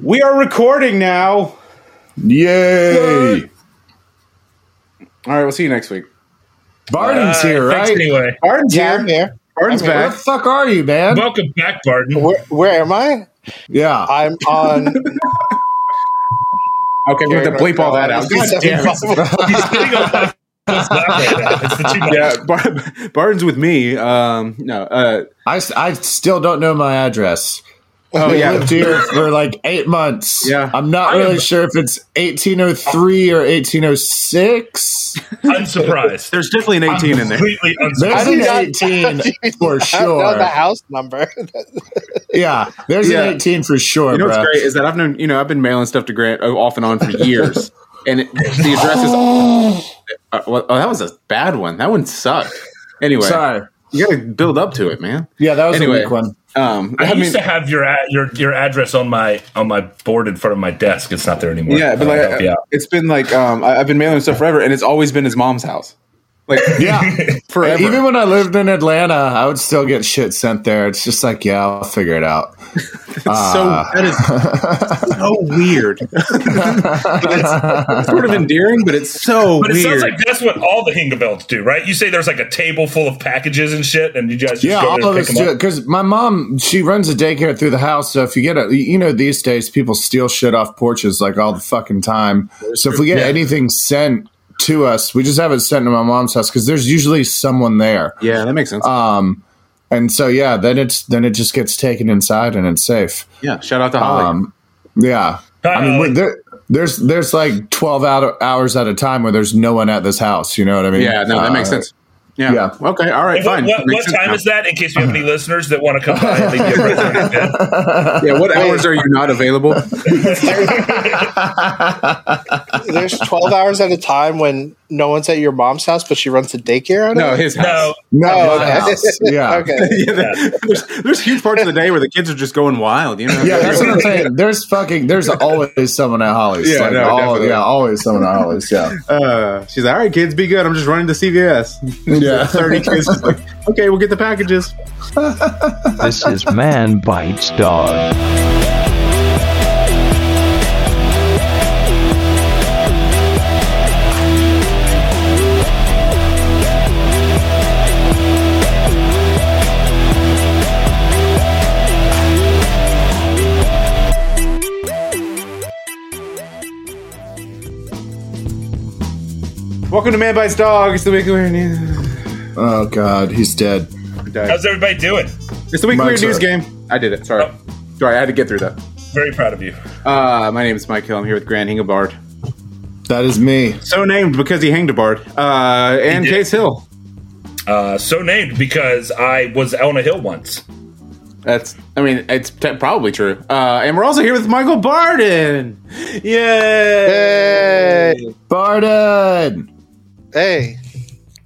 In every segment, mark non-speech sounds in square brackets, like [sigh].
We are recording now. All Yay! right, we'll see you next week. Barden's Uh, here, thanks right? Anyway, Barton's Yeah, I'm here. here. Barton's I'm here. Where the back. fuck are you, man? welcome back, Barton. Where, where am I? yeah. [laughs] I'm [laughs] on. Okay, we have to bleep all that out. [laughs] God damn it. He's getting a lot of what's left right now. It's the [laughs] two Yeah, Bar- Barton's with me. Um, no, uh, I, s- I still don't know my address. oh I yeah, lived here for like eight months. Yeah. I'm not I really am- sure if it's 1803 or 1806. Unsurprised. there's definitely an 18 in there. Completely unsurprised. There's do an not- 18 [laughs] for I don't know the sure. house number. [laughs] Yeah, there's Yeah. an 18 for sure, You know what's bruh. great is that I've known you know I've been mailing stuff to Grant uh, off and on for years, and it, the address is. [gasps] Uh, well, oh, that was a bad one. That one sucked. Anyway, Sorry. you gotta build up to it, man. Yeah, that was Anyway. a weak one. Um, I, I mean- used to have your ad, your your address on my on my board in front of my desk. It's not there anymore. Yeah, but I'll like, help you out. it's been like um, I, I've been mailing stuff forever, and it's always been his mom's house, like Yeah. forever. Even when I lived in Atlanta, I would still get shit sent there. It's just like, yeah, I'll figure it out. so that is so [laughs] weird. it's sort of endearing, but it's so [laughs] But it weird. sounds like that's what all the Hingabelts do, right? You say there's like a table full of packages and shit, and you guys just yeah, go all there of and us pick them do it up. because my mom she runs a daycare through the house. So if you get a, you know, these days people steal shit off porches like all the fucking time. So if we get Yeah. anything sent to us, we just have it sent to my mom's house because there's usually someone there. yeah, that makes sense. And so yeah, then it's then it just gets taken inside and it's safe. yeah, shout out to Holly. Um, yeah, Hi, I mean Holly. wait, there, there's there's like twelve out hours at a time where there's no one at this house. You know what I mean? yeah, no, that makes Uh, sense. Yeah. yeah. Okay. All right. And Fine. What, what, what time is that? In case we have any listeners that want to come by and leave you a present or anything. that? Yeah. What hours are you not available? There's 12 hours at a time when no one's at your mom's house, but she runs the daycare on No, it? his house. [laughs] No, No, Oh, my okay. house. Yeah. [laughs] okay. Yeah, there- there's, there's huge parts of the day where the kids are just going wild. You know. Yeah, that's what I'm saying. There's fucking. There's always someone at Holly's. Yeah, like, no, all- definitely. yeah, always someone at Holly's. Yeah, Uh, she's like, all right, kids, be good. I'm just running to CVS. [laughs] Yeah. 30 kids. just like, okay, we'll get the packages. This is Man Bites Dog. Welcome to Man Bites Dog. It's the weekly weird news. Oh God, he's dead. how's everybody doing? It's the weekly weird Mike's news up. game. I did it. Sorry. Oh. Sorry, I had to get through that. Very proud of you. Uh, my name is Mike Hill. I'm here with Grant Hingabard. That is me. So named because he hanged a bard. Uh, and did. Case Hill. Uh, so named because I was on a hill once. That's, I mean, it's te- probably true. Uh, and we're also here with Michael Barden. Yay! Barden. Hey.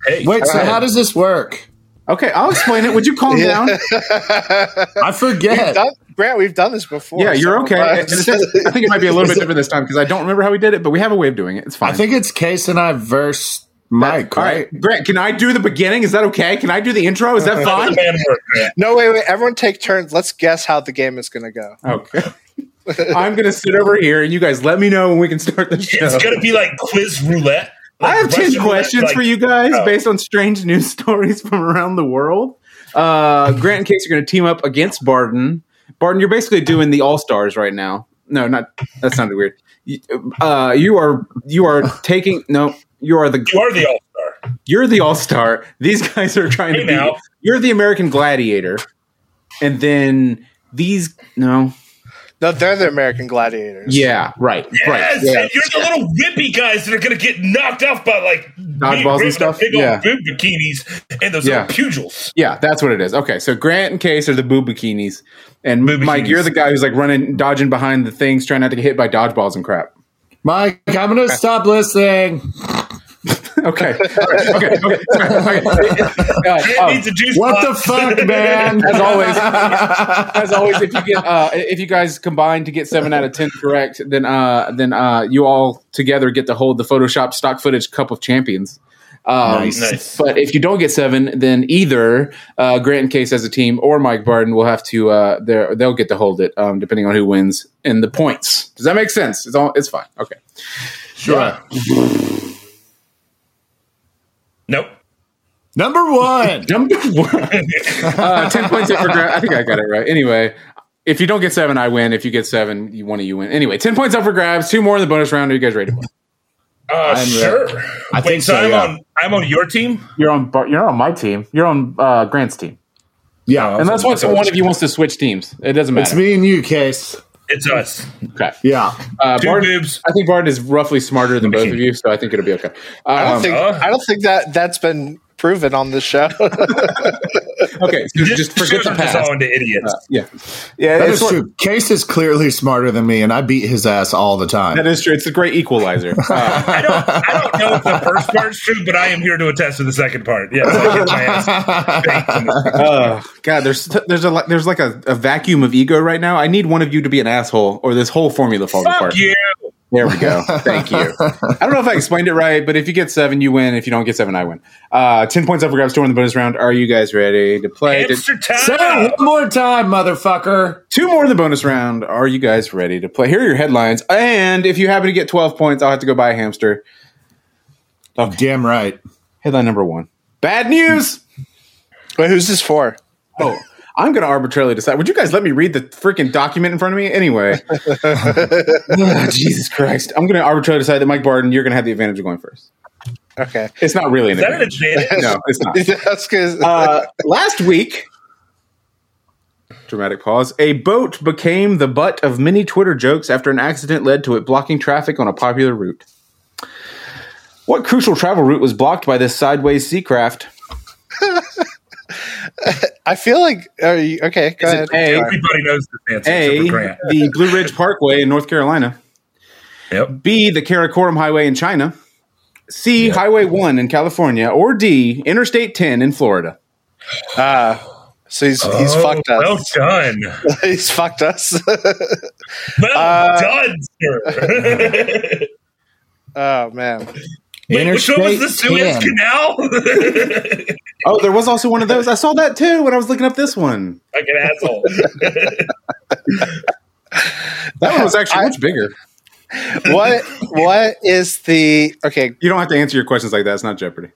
Hey, Wait, so Hey. how does this work? Okay, I'll explain it. Would you [laughs] calm Yeah. down? I forget. Done- Grant, we've done this before. Yeah, uh, you're [laughs] several okay. I I times. think it might be a little bit different this time because I don't remember how we did it, but we have a way of doing it. It's fine. I think it's Case and I verse Mike. All Right? right, Grant, can I do the beginning? Is that okay? Can I do the intro? Is [laughs] that How does fine? the man work, man? no, wait, wait. Everyone take turns. Let's guess how the game is going to go. Okay. I'm gonna sit over here, and you guys let me know when we can start the show. It's gonna be like quiz roulette. I have ten Russian questions roulette, for like- you guys Oh. based on strange news [laughs] stories from around the world. Uh, Grant and Case are gonna team up against Barden. Barden, you're basically doing the All Stars right now. No, not that sounded weird. You- Uh, you are you are taking no. You are the You are the all star. you're the all star. These guys are trying Hey, to be. now. You're the American Gladiator, and then these no. No, they're the American Gladiators. Yeah, right, right. Yes, and you're the little whippy guys that are gonna get knocked off by like big balls and women, stuff? big Yeah. old boob bikinis and those Yeah. little pugils. Yeah, that's what it is. Okay, so Grant and Case are the boo bikinis, and Boo Mike, bikinis. you're the guy who's like running, dodging behind the things, trying not to get hit by dodgeballs and crap. Mike, I'm gonna stop listening. Okay, All right. okay, [laughs] okay. okay. Uh, It oh, needs a juice What [laughs] the box. [laughs] fuck, man? as always, as always, if you get uh, if you guys combine to get seven out of ten correct, then uh, then uh, you all together get to hold the Photoshop stock footage Cup of Champions. Um, Nice. Nice. But if you don't get seven, then either uh, Grant and Case as a team or Mike Barden will have to uh, they're- they'll get to hold it um, depending on who wins in the points. Does that make sense? It's all it's fine. Okay. Sure. Nope. Number one. Number one. [laughs] uh, ten points up for Grant. I think I got it right. Anyway, if you don't get seven, I win. If you get seven, you one of you win. Anyway, ten points up for grabs. Two more in the bonus round. Are you guys ready? to play? Uh, I'm, uh, sure. I Wait, think so. so, I'm yeah. on. I'm on your team. You're on. Bar- You're on my team. You're on uh, Grant's team. Yeah, And that's once one of you wants to switch teams. It doesn't matter. It's me and you, Case. It's us. Okay. Yeah. Uh, Two Barton, boobs. I think Barton is roughly smarter than both of you, so I think it'll be okay. I don't Um, think uh. I don't think that that's been proven on the show. [laughs] okay, so This just forget the show's just past. all into idiots. Uh, yeah, yeah, That is true. Case is clearly smarter than me, and I beat his ass all the time. That is true. It's a great [laughs] equalizer. Uh, I don't. I don't know if the first part's true, but I am here to attest to the second part. Yeah, so I get my ass baked in the- uh, God, there's there's a there's like a, a vacuum of ego right now. I need one of you to be an asshole, or this whole formula falls apart. Fuck you. There we go. Thank you. I don't know if I explained it right, but if you get seven, you win. If you don't get seven, I win. Uh, Ten points up for grabs. Two in the bonus round. Are you guys ready to play? Did- Hamster time. Say it one more time, motherfucker. Two more in the bonus round. Are you guys ready to play? Here are your headlines. And if you happen to get 12 points, I'll have to go buy a hamster. Oh, Damn right. Headline number one Bad news. Wait, who's this for? Oh, I'm going to arbitrarily decide. Would you guys let me read the freaking document in front of me? Anyway. Ugh, Jesus Christ. I'm going to arbitrarily decide that Mike Barden, you're going to have the advantage of going first. Okay, [laughs] It's not really an Is that an advantage. advantage? No, it's not. that's because Uh, last week, dramatic pause, a boat became the butt of many Twitter jokes after an accident led to it blocking traffic on a popular route. What crucial travel route was blocked by this sideways sea craft? I feel like are you, okay. Go Is ahead. it A, Everybody knows this answer. a except for Grant. the Blue Ridge Parkway in North Carolina, Yep. B, the Karakoram Highway in China, C, Highway 1 in California, or D, Interstate 10 in Florida? Ah, so he's he's Oh, fucked us. Well done. [laughs] he's fucked us. Well Uh, done, sir. oh man. [laughs] Wait, which one was the Suez 10. Canal? [laughs] Oh, there was also one of those. I saw that too when I was looking up this one. Fucking asshole. That one was actually I- much bigger. What what is the okay? You don't have to answer your questions like that. It's not Jeopardy.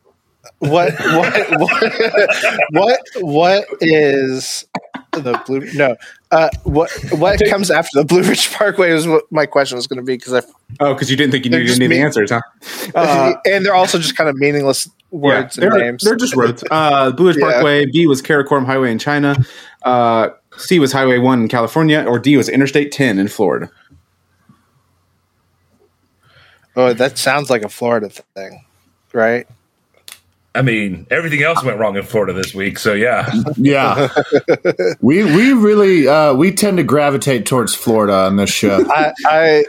What what what what, what is the blue? No, uh, what what comes after the Blue Ridge Parkway is what my question was going to be because I Oh, because you didn't think you They're needed just any of the mean- answers, huh? Uh, [laughs] and they're also just kind of meaningless yeah, words and they're, names. they're just roads. Uh, Blue Ridge Yeah. Parkway. B was Karakoram Highway in China. Uh, C was Highway One in California, or D was Interstate Ten in Florida. oh, that sounds like a Florida thing, right? I mean, everything else went wrong in Florida this week, so yeah. [laughs] Yeah. we we really uh, we tend to gravitate towards Florida on this show. I I,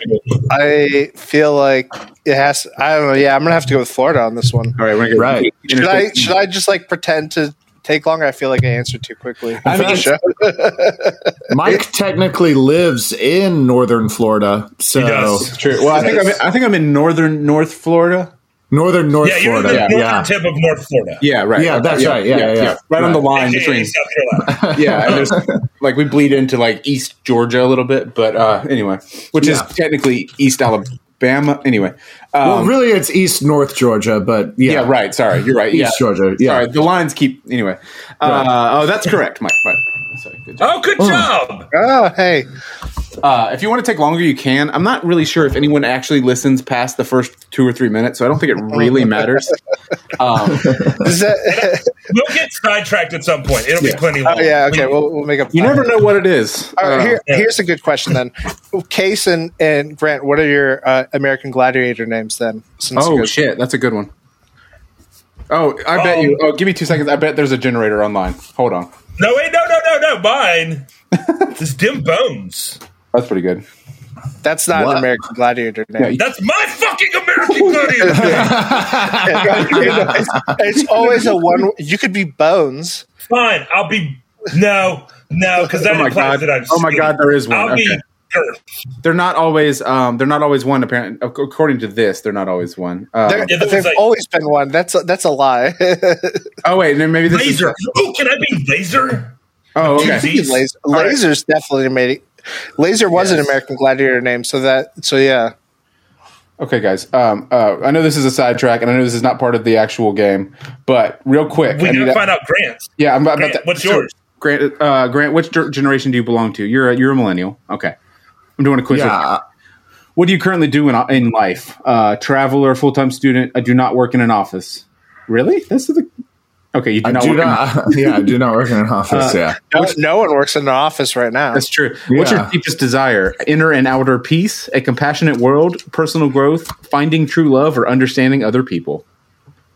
I feel like it has. I don't know. Yeah, I'm gonna have to go with Florida on this one. All right, we're gonna go Right. Should I Interstate 10. should I just like pretend to take longer? I feel like I answered too quickly. I mean, Sure. Mike [laughs] technically lives in northern Florida, so He does. True. Well, I think I'm in, I think I'm in northern North Florida. northern North Yeah, you're in Florida. the Yeah, northern tip of North Florida. Yeah, right. Yeah, that's right. Yeah, yeah, yeah. Right on the Right. line AKA [laughs] between. South Carolina. Yeah, and there's like we bleed into like East Georgia a little bit, but uh, anyway, which is Yeah. technically East Alabama. Anyway, um, Well, really, it's East North Georgia, but yeah, Yeah, right. Sorry, you're right. East yeah, Georgia. Yeah, Sorry, the lines keep anyway. Uh, oh, that's correct, Mike. Right. Sorry, good job. Oh, good job. Oh, hey. Uh, if you want to take longer, you can. I'm not really sure if anyone actually listens past the first two or three minutes, so I don't think it really [laughs] matters. Um, Is that, [laughs] We'll get sidetracked at some point. It'll be plenty long. oh, yeah, okay. We'll, we'll make up. you time. never know what it is. All right, Uh, here, yeah. here's a good question then. Case and, and Grant, what are your uh, American Gladiator names then? Since you oh guys- shit, that's a good one. Oh, I bet Oh. you. Oh, give me two seconds. I bet there's a generator online. Hold on. No, wait, no, no, no, no. Mine. It's Dim Bones. That's pretty good. That's not What? an American Gladiator Yeah, name. you- That's my fucking [laughs] American Gladiator. thing. it's, it's always a one. You could be Bones. Fine, I'll be no, no, because that Oh my implies God. that I'm. Oh my skinny. God, there is one. I'll be Okay. sure. They're not always. Um, they're not always one. Apparently, ac- according to this, they're not always one. Um, There, Yeah, that was there's like- always been one. That's a, that's a lie. [laughs] oh wait, no, maybe this Laser. is. Oh, can I be laser? Oh okay. Jeez. Laser, right. Laser's definitely made it. Laser was an Yes. American Gladiator name, so that so yeah. Okay, guys. Um, uh, I know this is a sidetrack, and I know this is not part of the actual game, but real quick, We I gotta need to- find out Grant's. yeah, I'm about Grant, that. what's so, yours? Grant, uh, Grant, which ger- generation do you belong to? You're a, you're a millennial. Okay, I'm doing a quiz. with- yeah, What do you currently do in in life? Uh, traveler, full time student. I do not work in an office. Really? That's the. Okay, you do I not Uh, do work. In, not. [laughs] yeah, I do not work in an office. yeah, No, no one works in an office right [laughs] now. that's true. What's your Yeah. deepest desire? Inner and outer peace, a compassionate world, personal growth, finding true love, or understanding other people.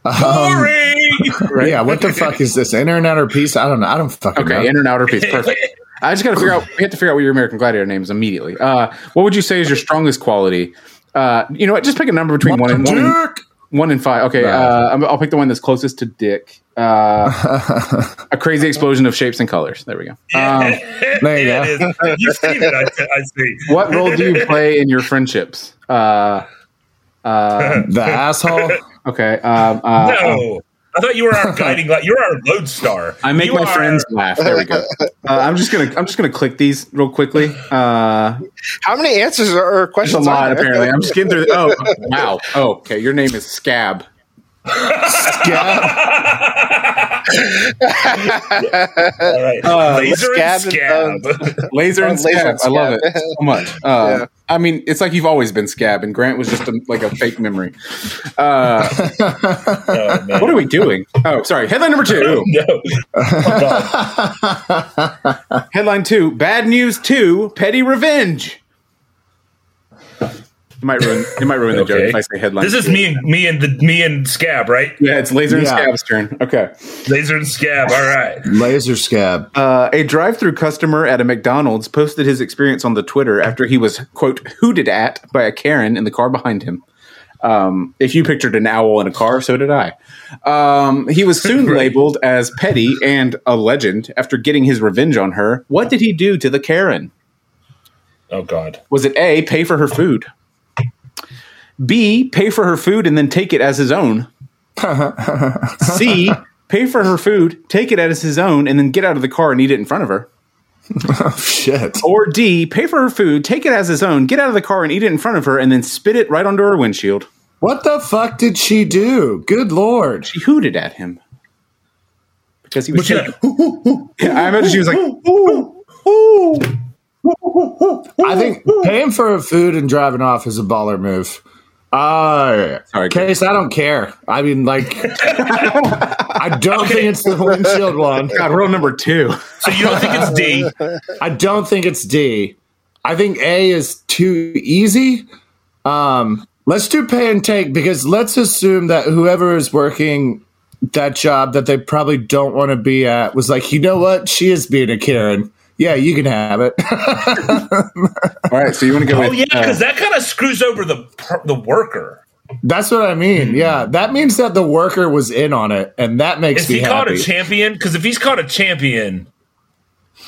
Boring. Right? yeah. What the [laughs] fuck is this internet or piece? I don't know. I don't fucking Okay, know. inner and outer [laughs] peace. Perfect. I just got to figure out. We have to figure out what your American Gladiator name is immediately. Uh, what would you say is your strongest quality? Uh, you know what? Just pick a number between one and one, and Duke. one and five. Okay, uh, I'm- I'll pick the one that's closest to Dick. Uh, a crazy explosion of shapes and colors. There we go. Um, There you go. It is. You see it. I, I see. what role do you play in your friendships? Uh, [laughs] The asshole. okay. Um, uh, No. I thought you were our guiding light. You're our lodestar. I make You my are- friends laugh. There we go. Uh, I'm just gonna I'm just gonna click these real quickly. Uh, How many answers or, or there's a questions? lot are there? apparently. I'm just getting through. The, oh wow. Oh, okay. Your name is Scab. Yeah. All right. Laser and Scab and Uh, scab. Laser and Oh, laser scab. and I love it scab. so [laughs] much. Uh, Yeah. I mean, it's like you've always been scab, and Grant was just a, like a fake memory. [laughs] Uh, Oh, man. what are we doing? Oh, sorry. Headline number [laughs] two. [laughs] No. Headline two. Bad news two. Petty revenge. It might ruin. It might ruin the joke [laughs] Okay. if I say headline. This is two. me and me and the me and scab, right? Yeah, it's laser and Yeah. scab's turn. Okay. Laser and scab. All right. Laser scab. Uh, a drive-through customer at a McDonald's posted his experience on the Twitter after he was quote hooted at by a Karen in the car behind him. Um, if you pictured an owl in a car, so did I. Um, he was [laughs] soon labeled as petty and a legend after getting his revenge on her. What did he do to the Karen? Oh God. Was it A, pay for her food? B, pay for her food and then take it as his own? C, pay for her food, take it as his own, and then get out of the car and eat it in front of her? Shit. Or D, pay for her food, take it as his own, get out of the car and eat it in front of her, and then spit it right onto her windshield. What the fuck did she do? Good lord. She hooted at him. Because he was But you shaking. Yeah, I imagine she was like, I think paying for her food and driving off is a baller move. Uh, Sorry, case I don't care. I mean, like, [laughs] I don't think it's the windshield one. God, rule number two. so you don't think [laughs] it's D? I don't think it's D. I think A is too easy. Um, let's do pay and take because let's assume that whoever is working that job that they probably don't want to be at was like, you know what? She is being a Karen. Yeah, you can have it. [laughs] All right, so you want to go Oh with yeah, uh, because that kind of screws over the per- the worker. That's what I Hmm. mean. Yeah, that means that the worker was in on it, and that makes Is me he called a happy. champion? Because if he's called a champion,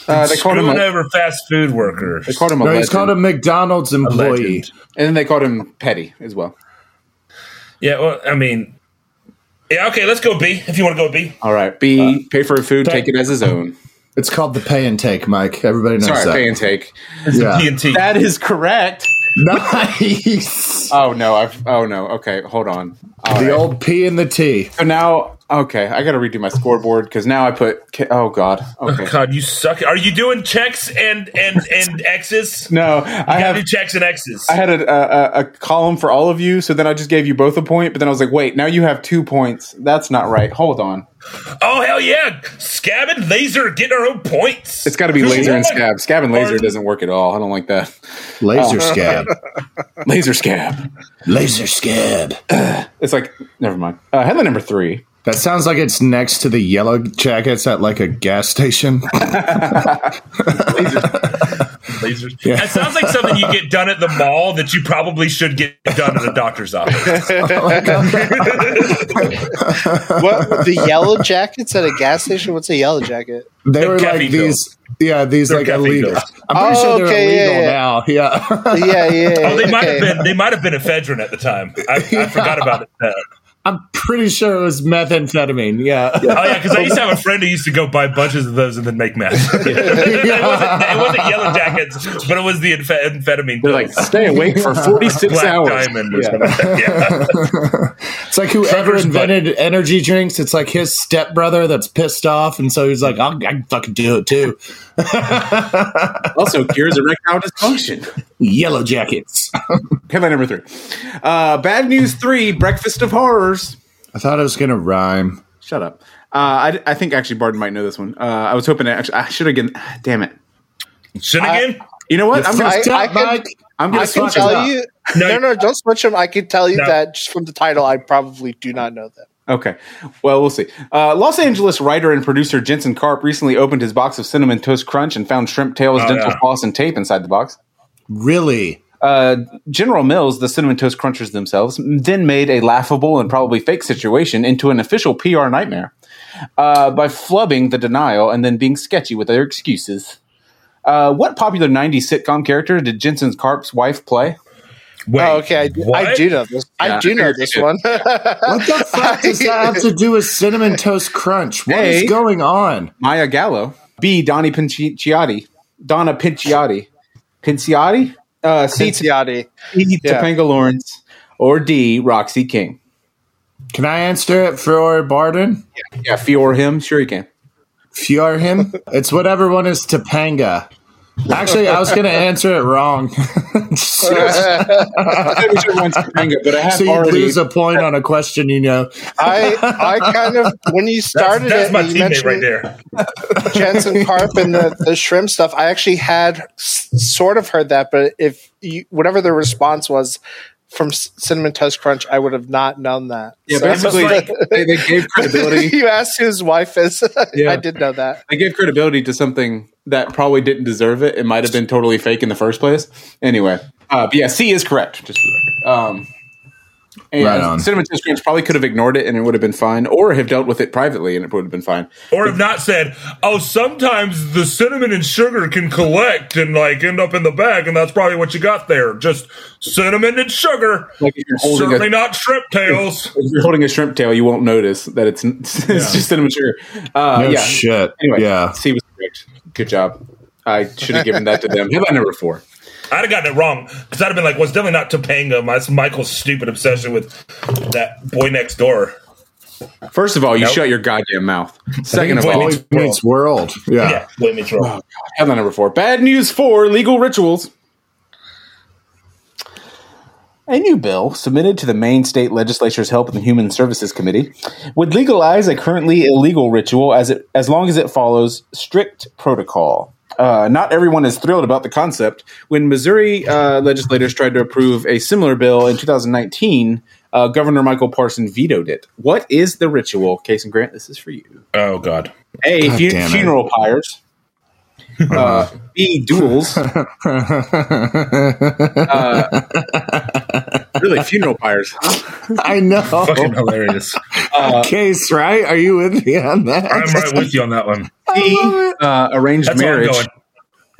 uh, they called him screwing a, over fast food workers. they called him a no, legend, he's called a McDonald's employee. legend. and then they called him petty as well. Yeah, well, I mean, yeah, okay, let's go B if you want to go B. All right, B, pay for her food, take it as his [laughs] own. It's called the pay and take, Mike. Everybody knows Sorry, that. pay and take. P yeah. [laughs] and T. That is correct. nice. Oh no, I've oh no. Okay, hold on. All the right. old P and the T. So now, okay, I got to redo my scoreboard because now I put. K- Oh God. Okay. [laughs] God, you suck. Are you doing checks and and and X's? No, I I have. do checks and X's. I had a, a a column for all of you, so then I just gave you both a point. But then I was like, wait, now you have two points. That's not right. Hold on. oh hell yeah, scab and laser getting our own points. It's got to be laser and scab. Scab and laser Pardon? doesn't work at all. I don't like that. Laser Oh. [laughs] scab. [laughs] Laser scab. Laser scab. It's like never mind. Uh, headline number three. That sounds like it's next to the yellow jackets at like a gas station. lasers. That sounds like something you get done at the mall that you probably should get done at a [laughs] doctor's office. [laughs] What the yellow [laughs] jackets at a gas station? What's a yellow jacket? [laughs] They They're were like caffeine these, yeah, these They're like caffeine illegal. pills. I'm pretty Oh, sure they're okay, yeah, illegal now. [laughs] Yeah, Yeah, yeah. Oh, they might okay. have been. They might have been ephedrine at the time. I, I forgot about it. Uh, I'm pretty sure it was methamphetamine. Yeah, Oh yeah, because I used to have a friend who used to go buy bunches of those and then make meth. [laughs] [laughs] it, wasn't, it wasn't yellow jackets, but it was the amph- amphetamine. They're like, pills. stay awake [laughs] for 46 black hours. diamond or something. [laughs] Yeah. it's like whoever Trucker's butt. invented energy drinks. It's like his stepbrother that's pissed off, and so he's like, I'll, "I can fucking do it too." Also cures erectile dysfunction. Yellow [laughs] jackets. Headline number three. Uh, Bad News 3, Breakfast of Horrors. I thought it was gonna rhyme. Shut up. Uh, I, I think actually Barden might know this one. Uh, I was hoping to actually, I should have given, damn it. Shinigan? You know what? I'm going I- to Stop, I can- Mike. I'm I gonna can switch it fucking tell up. you. No. No, no, don't switch them. I can tell you No. that just from the title, I probably do not know them. Okay. Well, we'll see. Uh, Los Angeles writer and producer Jensen Karp recently opened his box of Cinnamon Toast Crunch and found shrimp tails, Oh, dental yeah. floss, and tape inside the box. Really? Uh, General Mills, the Cinnamon Toast Crunchers themselves, then made a laughable and probably fake situation into an official PR nightmare uh, by flubbing the denial and then being sketchy with their excuses. Uh, what popular 90s sitcom character did Jensen Karp's wife play? Wait, oh, okay, I, do- I what? do know this. Yeah, I do I know figured this you did. one. What the fuck does that have to do with cinnamon toast crunch? What is Hey. going on? Maya Gallo. B. Donnie Pinciotti. Donna Pinciotti. Pinciotti? Uh, C. [laughs] Cincinnati. E. Yeah. Topanga Lawrence. Or D. Roxy King. Can I answer it for Barden? Yeah, Fior him. Sure you can. [laughs] Fior him? It's whatever one is Topanga. Actually, I was going to answer it wrong. [laughs] so I thought we should have went Topanga, but I have you already. Uh, lose a point on a question, you know. [laughs] I I kind of when you That's, started that's it, my and you teammate mentioned right there. [laughs] Jensen Carp and the, the shrimp stuff. I actually had s- sort of heard that, but if you, whatever the response was from C- Cinnamon Toast Crunch, I would have not known that. yeah, So- basically, It was they, they gave credibility. [laughs] you asked who his wife is. [laughs] Yeah. I did know that. They gave credibility to something that probably didn't deserve it. It might have been totally fake in the first place. Anyway, uh, but yeah, C is correct. Just for the record. Um, and Right on. Cinnamon Toast Crunch probably could have ignored it and it would have been fine, or have dealt with it privately and it would have been fine. Or if not said, oh, sometimes the cinnamon and sugar can collect and like end up in the bag, and that's probably what you got there. Just cinnamon and sugar. Like if you're holding Certainly a, not shrimp tails. if you're holding a shrimp tail, you won't notice that it's [laughs] it's just cinnamon sugar. Uh, No yeah. Oh, shit. Anyway, Yeah. C was correct. Good job. I should have given that to them. Headline number four. I'd have gotten it wrong because I'd have been like, well, it's definitely not Topanga. My, it's Michael's stupid obsession with that boy next door. First of all, you Nope. shut your goddamn mouth. Second of all, Boy meets world. Yeah. Yeah, Ah, boy meets world. Headline number four. Bad news for legal rituals. A new bill submitted to the Maine State Legislature's Health and Human Services Committee would legalize a currently illegal ritual as it as long as it follows strict protocol. Uh, not everyone is thrilled about the concept. When Missouri uh, legislators tried to approve a similar bill in 2019, uh, Governor Michael Parson vetoed it. What is the ritual, Case and Grant? This is for you. Oh, God. A fu- damn it. funeral [laughs] pyres. Uh, B duels. Uh, really funeral [laughs] pyres. huh? [laughs] I know. Fucking hilarious. Uh, Case, right? Are you with me on that? I'm right with you on that one. C uh, arranged That's where I'm marriage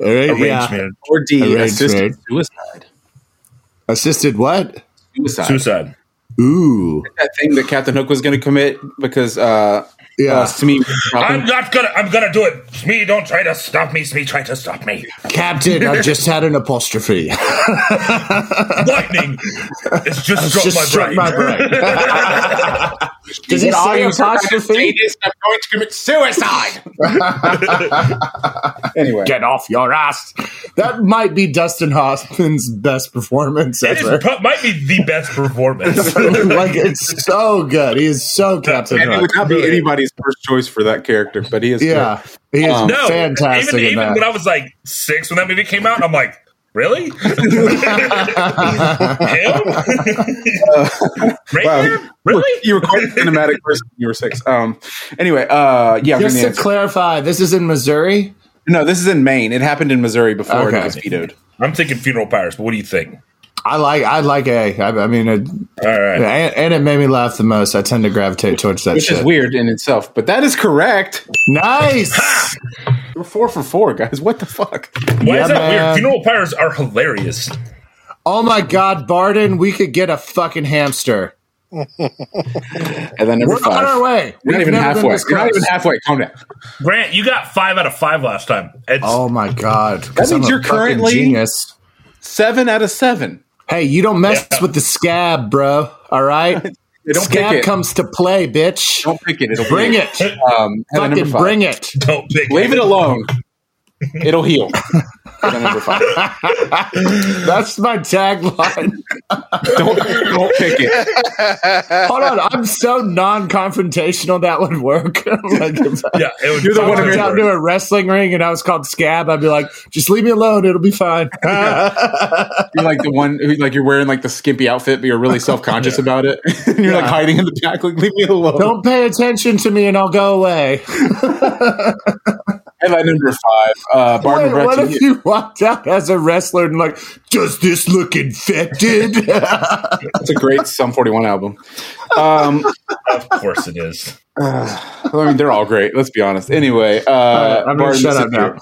going. Right, Arranged yeah. marriage. or D Arranged assisted marriage. suicide. Assisted what? Suicide. Suicide. Ooh. That thing that Captain Hook was going to commit because uh, Yeah. uh, Smee I'm not gonna. I'm gonna do it. Smee, don't try to stop me. Smee, try to stop me. Captain, I've just had an [laughs] apostrophe. Lightning. It's just struck just my struck brain. my brain. Does it say apostrophe? I'm going to commit [laughs] suicide. anyway, Get off your ass. That might be Dustin Hoffman's best performance It is, ever. pro- might be the best [laughs] performance. like it's so good. He is so Captain and it Hook. would not be anybody's first choice for that character, but he is. Yeah, he is Um, No, fantastic Even, in even that. when I was like six, when that movie came out, I'm like, [laughs] really? Him? right Wow. there? Really? you were quite a cinematic person when you were six. Um, anyway, uh, yeah, I'm Just gonna to answer. clarify, this is in Missouri. No, this is in Maine. It happened in Missouri before and Okay. it was vetoed. I'm thinking funeral pyres, but what do you think? I like I like A. I, I mean, it, All right. and, and it made me laugh the most. I tend to gravitate towards that Which shit. is weird in itself, but that is correct. [laughs] Nice. We're four for four, guys. What the fuck? Why Yeah, is that man. weird? Funeral pyres are hilarious. oh my God, Barden, we could get a fucking hamster. And then number We're five. on our way. We're not We've even never been halfway. this We're not close. even halfway. Calm down. Grant, you got five out of five last time. It's, Oh my God. That means you're currently- genius. Seven out of seven. Hey, you don't mess Yeah. with the scab, bro. All right. They [laughs] don't pick scab it. comes to play, bitch. don't pick it. It'll Bring heal. it. Um, headline number Fucking five. bring it. Don't pick Leave it alone. It'll heal. [laughs] Headline number five. That's my tagline. Don't, don't pick it. Hold on, I'm so non-confrontational that would work. [laughs] like if I Yeah, it would You're the it one would who went out work. to a wrestling ring and I was called Scab, I'd be like, just leave me alone, it'll [laughs] be fine. You're like the one who like you're wearing like the skimpy outfit, but you're really self conscious about it. [laughs] and you're like hiding in the back. Like leave me alone. Don't pay attention to me and I'll go away. Headline number five. Uh, Barton Wait, what Brett. if you walked out as a wrestler and like, does this look [laughs] infected? [laughs] That's a great Sum 41 album. Um, Of course it is. I mean, they're all great. Let's be honest. Anyway, uh, I'm gonna Barton, shut this up is now. your-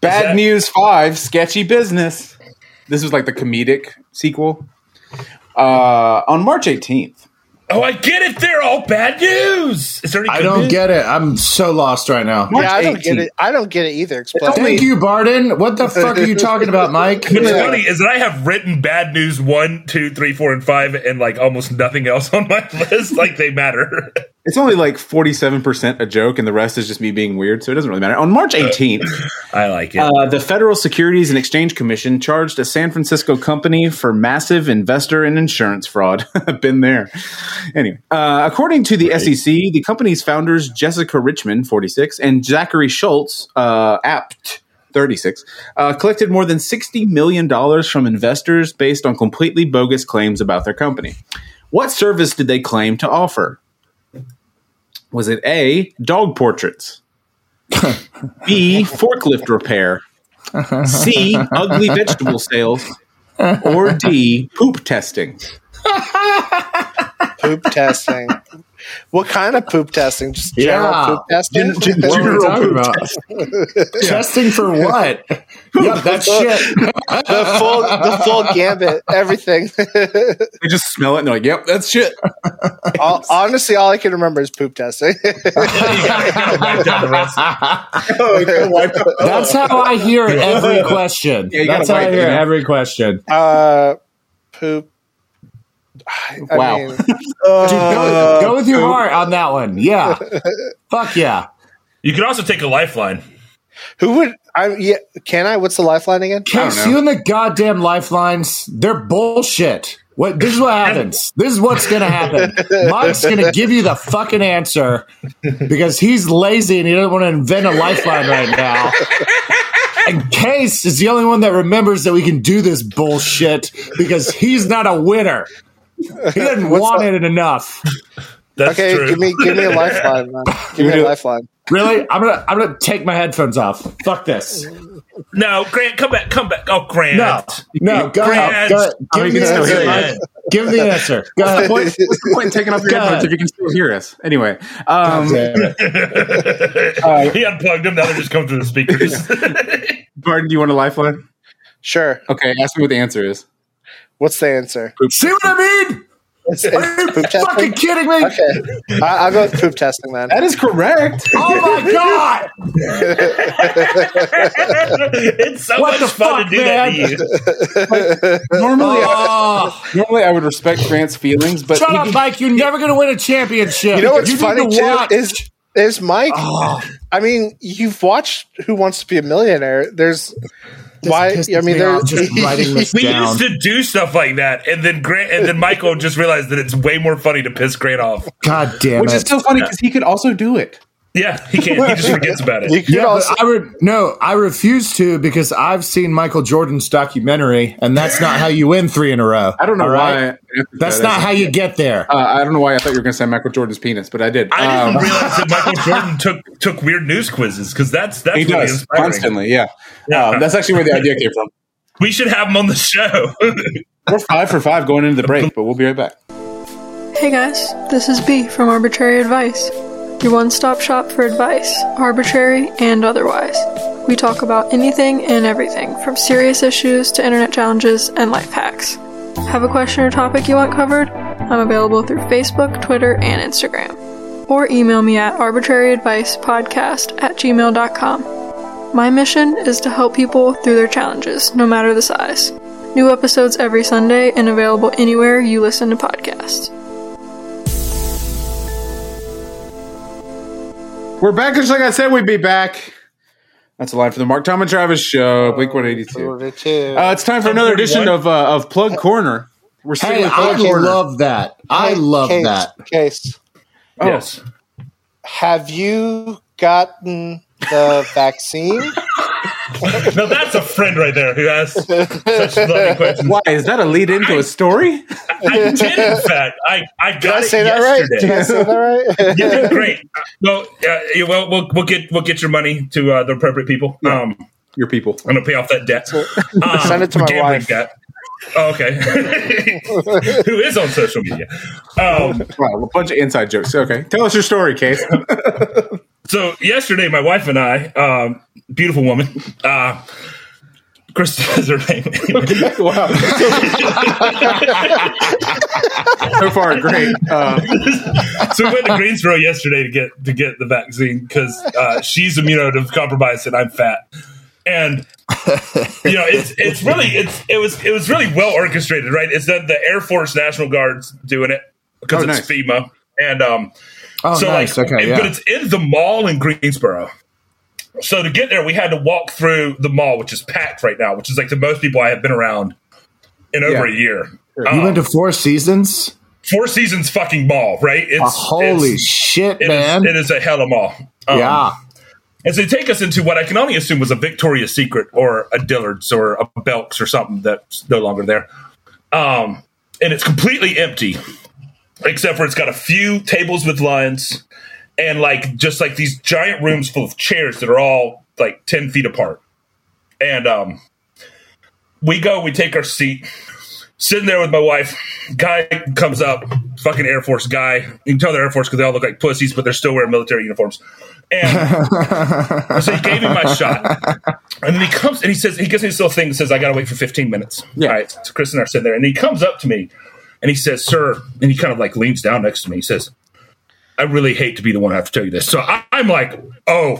Bad that- News Five: Sketchy Business. This was like the comedic sequel. Uh, on March 18th, Oh, I get it. They're all bad news. Is there any? I good don't news? get it. I'm so lost right now. March yeah, I don't get 18th. it. I don't get it either. Explain. Thank you, Barden. What the fuck are you talking [laughs] about, Mike? What's Yeah. funny is that I have written bad news one, two, three, four, and five, and like almost nothing else on my [laughs] list. Like they matter. It's only like 47% a joke, and the rest is just me being weird, so it doesn't really matter. On March 18th, I like it. uh, the Federal Securities and Exchange Commission charged a San Francisco company for massive investor and insurance fraud. [laughs] Been there. Anyway, uh, according to the SEC, the company's founders, Jessica Richmond, 46, and Zachary Schultz, uh, apt. 36 uh, collected more than $60 million from investors based on completely bogus claims about their company. What service did they claim to offer? Was it A, dog portraits? B, forklift repair? C, ugly vegetable sales? Or D, poop testing? Poop testing. What kind of poop testing? Just general Yeah. poop testing. [laughs] What are we talking [laughs] about? Testing for what? yeah, [laughs] that shit. the full, the full gambit. Everything. [laughs] They just smell it and they're like, yep, that's shit. all, honestly, all I can remember is poop [laughs] testing. You gotta- you gotta write down the rest. Oh, That's how I hear every question. you gotta That's how I wait, hear yeah. every question. [laughs] uh, poop. I Wow. [laughs] mean, Dude, Uh, go, go with your heart on that one. [laughs] Yeah. Fuck yeah. You can also take a lifeline. who would? I yeah. Can I? What's the lifeline again? Case, you and the goddamn lifelines, they're bullshit. What this is what happens. This is what's [laughs] gonna happen. Mike's gonna give you the fucking answer because he's lazy and he doesn't want to invent a lifeline [laughs] right now. And Case is the only one that remembers that we can do this bullshit because he's not a winner. He didn't What's want that? it enough. That's Okay, true. give me, [laughs] give me a lifeline, man. Give me a lifeline. Really? I'm gonna I'm gonna take my headphones off. Fuck this. [laughs] no, Grant, come back, come back. Oh, Grant. [laughs] No, no, go ahead. Grant. Go ahead. Oh, Give you me can the still answer. hear Mike. Give me the answer. Go ahead. What's the point in taking off your headphones if you can still hear us? Anyway, um, he unplugged them. Now they're just coming through the speakers. Barton, do you want a lifeline? Sure. Okay, ask me what the answer is. What's the answer? See what I mean? It's, it's poop Fucking testing. kidding me? [laughs] Okay, I, I'll go with poop testing then. That is correct. Oh [laughs] my god! [laughs] it's so What much the fun fuck, to do man? that to you. Normally, I, Oh, normally I would respect Grant's feelings, but shut he- up, Mike. You're never gonna win a championship. You know what's funny need to too watch. is is Mike. Oh, I mean, you've watched Who Wants to Be a Millionaire. There's why. pisses I mean, me there's off [laughs] just writing this We down. used to do stuff like that, and then Grant and then Michael just realized that it's way more funny to piss Grant off. God damn which is it! still funny because he could also do it. Yeah, he can't. He just forgets about You it. could Yeah, but also I would no. I refuse to because I've seen Michael Jordan's documentary, and that's not how you win three in a row. I don't know all why. right? I emphasized That's that. not how you get there. Uh, I don't know why I thought you were going to say Michael Jordan's penis, but I did. I Um, didn't realize that Michael [laughs] Jordan took took weird news quizzes because that's that's he really does inspiring. constantly. Yeah, Yeah. Oh. Um, that's actually where the idea came from. We should have him on the show. We're five for five going into the break, but we'll be right back. Hey guys, this is B from Arbitrary Advice, your one stop shop for advice, arbitrary and otherwise. We talk about anything and everything, from serious issues to internet challenges and life hacks. Have a question or topic you want covered? I'm available through Facebook, Twitter, and Instagram. Or email me at arbitraryadvicepodcast at gmail.com. My mission is to help people through their challenges, no matter the size. New episodes every Sunday and available anywhere you listen to podcasts. We're back, just like I said, we'd be back. That's a line for the Mark Tom and Travis show, Blink One Eighty Two. Order two. Uh, it's time for another edition of uh, of Plug Corner. We're sticking Hey, with I Plug Corner. love that. I Hey, love Case, that. Case, Oh. Yes. have you gotten [laughs] the vaccine? Now that's a friend right there who [laughs] asks such loving questions. Why is that a lead into a story? I did, in fact. I, I got Did I it say that right? yesterday. Did [laughs] I say that [laughs] right? You did great. Well, uh, yeah, well, we'll we'll get we'll get your money to uh, the appropriate people. Um, Your people. I'm gonna pay off that debt. Um, [laughs] Send it to my gambling wife. Debt. Oh, okay. [laughs] Who is on social media? Um, Wow, a bunch of inside jokes. Okay, tell us your story, Case. so yesterday, my wife and I, um, beautiful woman, uh, Krista [laughs] is her name. [laughs] wow. [laughs] so far, great. Uh, so we went to Greensboro yesterday to get to get the vaccine because uh, she's immunocompromised and I'm fat. And you know, it's it's really it's it was it was really well orchestrated, right? It's that the Air Force National Guard's doing it because Oh, nice. it's FEMA, and um, Oh, so nice. like, okay, it- yeah. but it's in the mall in Greensboro. So to get there, we had to walk through the mall, which is packed right now, which is like the most people I have been around in over Yeah. a year. you Um, went to Four Seasons. Four Seasons fucking mall, right? It's Ah, Holy it's- shit, it is- man! it is a hell of a mall. Um, yeah, And so they take us into what I can only assume was a Victoria's Secret or a Dillard's or a Belk's or something that's no longer there. Um, and it's completely empty, except for it's got a few tables with lines and like just like these giant rooms full of chairs that are all like 10 feet apart. And um, we go, we take our seat, sitting there with my wife. Guy comes up, fucking Air Force guy. You can tell they're Air Force because they all look like pussies, but they're still wearing military uniforms. And so he gave me my shot. And then he comes and he says, he gives me this little thing that says, I got to wait for 15 minutes. Yeah. All right. So Chris and I are sitting there. And he comes up to me and he says, Sir, and he kind of like leans down next to me. He says, I really hate to be the one to have to tell you this. So I, I'm like, Oh,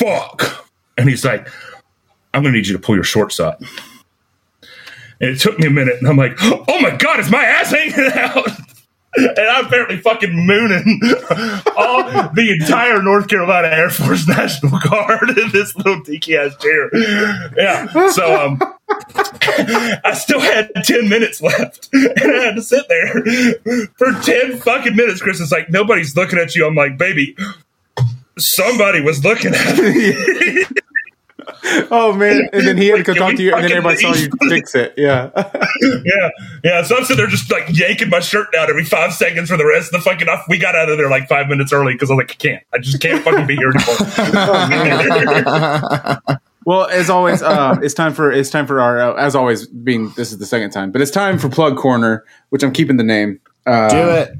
fuck. And he's like, I'm going to need you to pull your shorts up. And it took me a minute, and I'm like, oh my god, is my ass hanging out? [laughs] And I'm apparently fucking mooning [laughs] all the entire North Carolina Air Force [laughs] National Guard in this little dinky ass chair. Yeah. So um [laughs] I still had 10 minutes left. [laughs] And I had to sit there for 10 fucking minutes. Chris is like, nobody's looking at you. I'm like, baby, somebody was looking at me. oh man! And then he had to come Can talk we to you, and then everybody fucking saw you leave? fix it. Yeah. Yeah, yeah. So I'm sitting there just like yanking my shirt down every five seconds for the rest of the fucking. We got out of there like five minutes early because I'm like, I can't. I just can't fucking be here anymore. [laughs] Well, as always, [laughs] uh, it's time for it's time for our uh, as always being this is the second time, but it's time for plug corner, which I'm keeping the name. Uh, um, do it.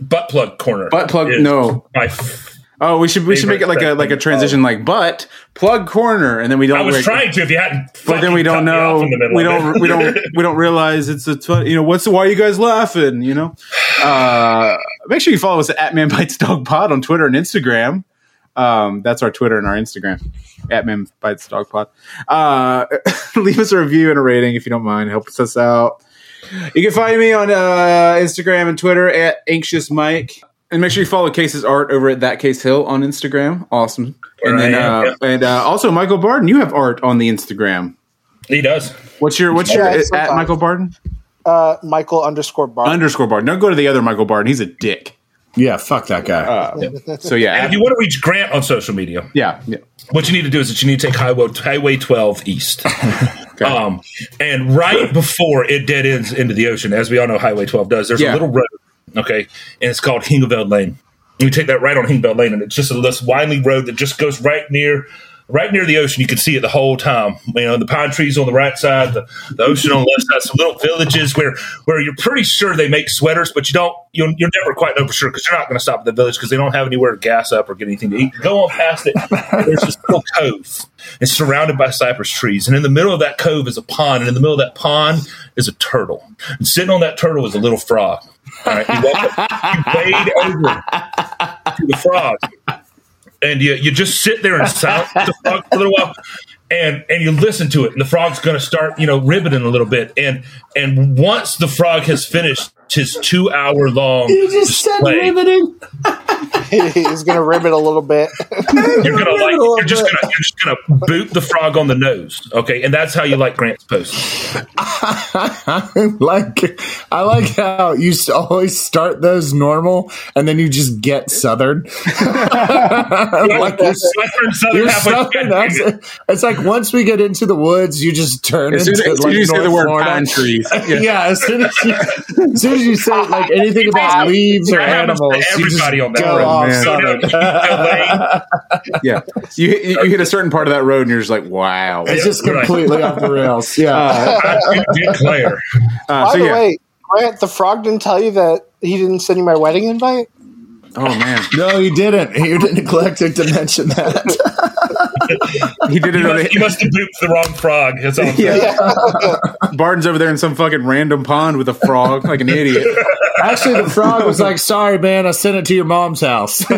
butt plug corner. Butt plug- is no. My f- Oh, we should we should make it like a like a transition, like but plug corner, and then we don't. Oh. I was we're- trying to. If you hadn't, but then fucking we cut don't me off know. in the middle We of don't. it. We don't. We don't realize it's a. Tw- you know what's why are you guys laughing? You know, uh, make sure you follow us at Man Bites Dog Pod on Twitter and Instagram. Um, that's our Twitter and our Instagram at Man Bites Dog Pod. Uh, [laughs] leave us a review and a rating if you don't mind. Helps us out. You can find me on uh, Instagram and Twitter at Anxious Mike. And make sure you follow Case's art over at That Case Hill on Instagram. Awesome. and Where then, I am, uh, and uh, also Michael Barden, you have art on the Instagram. [laughs] He does. What's your what's Yeah, your sometimes. at Michael Barden Uh, Michael underscore bar. [laughs] underscore Barden? Don't go to the other Michael Barden. He's a dick. Yeah, fuck that guy. uh, [laughs] So yeah, And if you want to reach Grant on social media, yeah, yeah. what you need to do is that you need to take highway highway 12 east um, and right before it dead ends into the ocean as we all know highway 12 does there's Yeah. a little road okay and it's called hingeveld lane you take that right on hingeveld lane and it's just a this winding road that just goes right near right near the ocean you can see it the whole time you know the pine trees on the right side the, the ocean on the left side some little villages where where you're pretty sure they make sweaters but you don't you'll, you'll never quite know for sure because you're not going to stop at the village because they don't have anywhere to gas up or get anything to eat go on past it and there's this little cove it's surrounded by cypress trees and in the middle of that cove is a pond and in the middle of that pond is a turtle and sitting on that turtle is a little frog all right you, walk up, you wade over to the frog and you, you just sit there and silence the frog for a little while and and you listen to it and the frog's going to start you know ribbiting a little bit and and once the frog has finished his two hour long display, He's gonna rib it a [laughs] little bit. you're gonna like you're just gonna you're just gonna boot the frog on the nose okay and that's how you like grant's post like I like how you s- always start those normal and then you just get southern. [laughs] like Your you're, southern, southern you're half of- southern. accent. It's like once we get into the woods, you just turn As soon as, into as, soon like as you say the North word Florida. pine [laughs] trees, Yeah. yeah. as soon as, you, as soon as you say like anything about leaves or That happens to animals, you just everybody on that go road, off man. So now southern. [laughs] you LA, yeah. You, hit- you hit a certain part of that road and you're just like, wow. Uh, It's just Right. Uh, completely off [laughs] the rails. Yeah, I do declare. Uh, By so the yeah. way, Grant, the frog didn't tell you that he didn't send you my wedding invite. Oh man, no, he didn't. He [laughs] didn't neglect to mention that. he did it. You on must, you the- must have booted the wrong frog. That's all I'm [laughs] saying. Yeah. Barton's over there in some fucking random pond with a frog, like an idiot. Actually, the frog was like, "Sorry, man, I sent it to your mom's house." [laughs]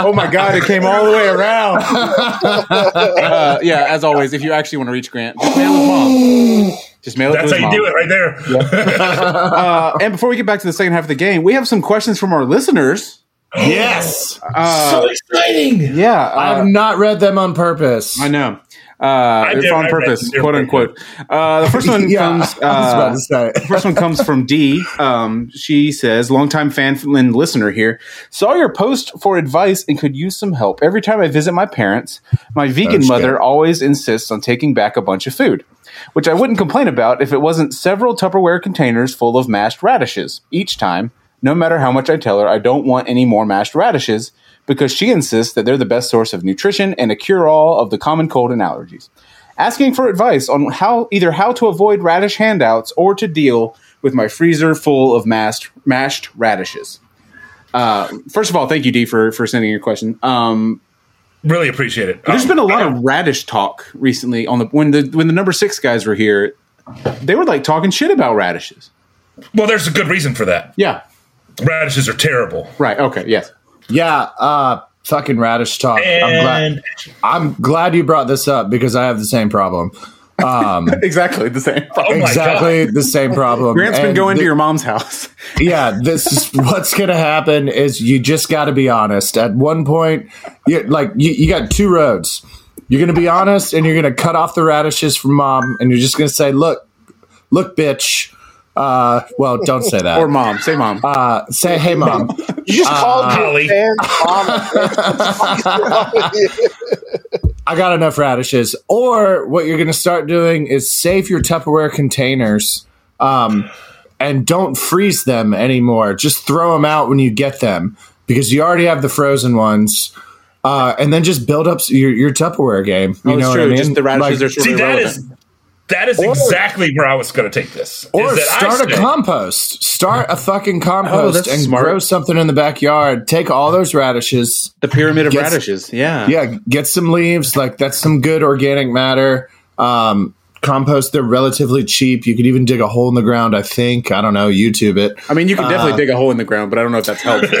Oh my god, it came all the way around. Uh, yeah, as always, if you actually want to reach Grant, just mail his mom. Just mail it That's to how his you mom. do it right there. Uh, and before we get back to the second half of the game, we have some questions from our listeners. yes, Uh, so exciting. yeah, uh, I've not read them on purpose. I know. Uh, it's did- on I read purpose, them, they're quote unquote. Uh, the [laughs] first one yeah, comes. I was about Uh, to say. the first one comes from D. Um, she says, "Longtime fan and listener here. Saw your post for advice and could use some help. Every time I visit my parents, my vegan shit. mother always insists on taking back a bunch of food, which I wouldn't complain about if it wasn't several Tupperware containers full of mashed radishes each time. No matter how much I tell her, I don't want any more mashed radishes." Because she insists that they're the best source of nutrition and a cure all of the common cold and allergies asking for advice on how either how to avoid radish handouts or to deal with my freezer full of mashed mashed radishes. Uh, first of all, thank you, D, for for sending your question. Um, Really appreciate it. there's Um, been a lot of radish talk recently on the when the when the number six guys were here, they were like talking shit about radishes. Well, there's a good reason for that. Yeah, Radishes are terrible. right. Okay, yes. Yeah, uh, fucking radish talk. I'm glad. And I'm glad you brought this up because I have the same problem. Um, [laughs] Exactly the same. oh my exactly the same problem. Grant's been And going the- to your mom's house. yeah this is [laughs] what's gonna happen is you just gotta be honest at one point you like you, you got two roads you're gonna be honest and you're gonna cut off the radishes from mom and you're just gonna say look look bitch uh well don't say [laughs] that Or mom, say mom. uh, say hey mom You just called Uh, Holly. [laughs] your man, mom. i got enough radishes or what you're gonna start doing is save your tupperware containers um and don't freeze them anymore just throw them out when you get them because you already have the frozen ones uh, and then just build up your, your Tupperware game. You Oh, it's know what I true. mean? Just the radishes are Like, sort See, of that irrelevant. is that is exactly where I was going to take this. is or that I start a said- [laughs] compost. Start [laughs] a fucking compost Oh, that's and smart. grow something in the backyard. Take all those radishes. the pyramid of Yes. radishes. Yeah. Yeah, get some leaves. Like that's some good organic matter. Um, compost. They're relatively cheap. You could even dig a hole in the ground. I think. I don't know. YouTube it. I mean, you can definitely dig a hole in the ground, but I don't know if that's helpful.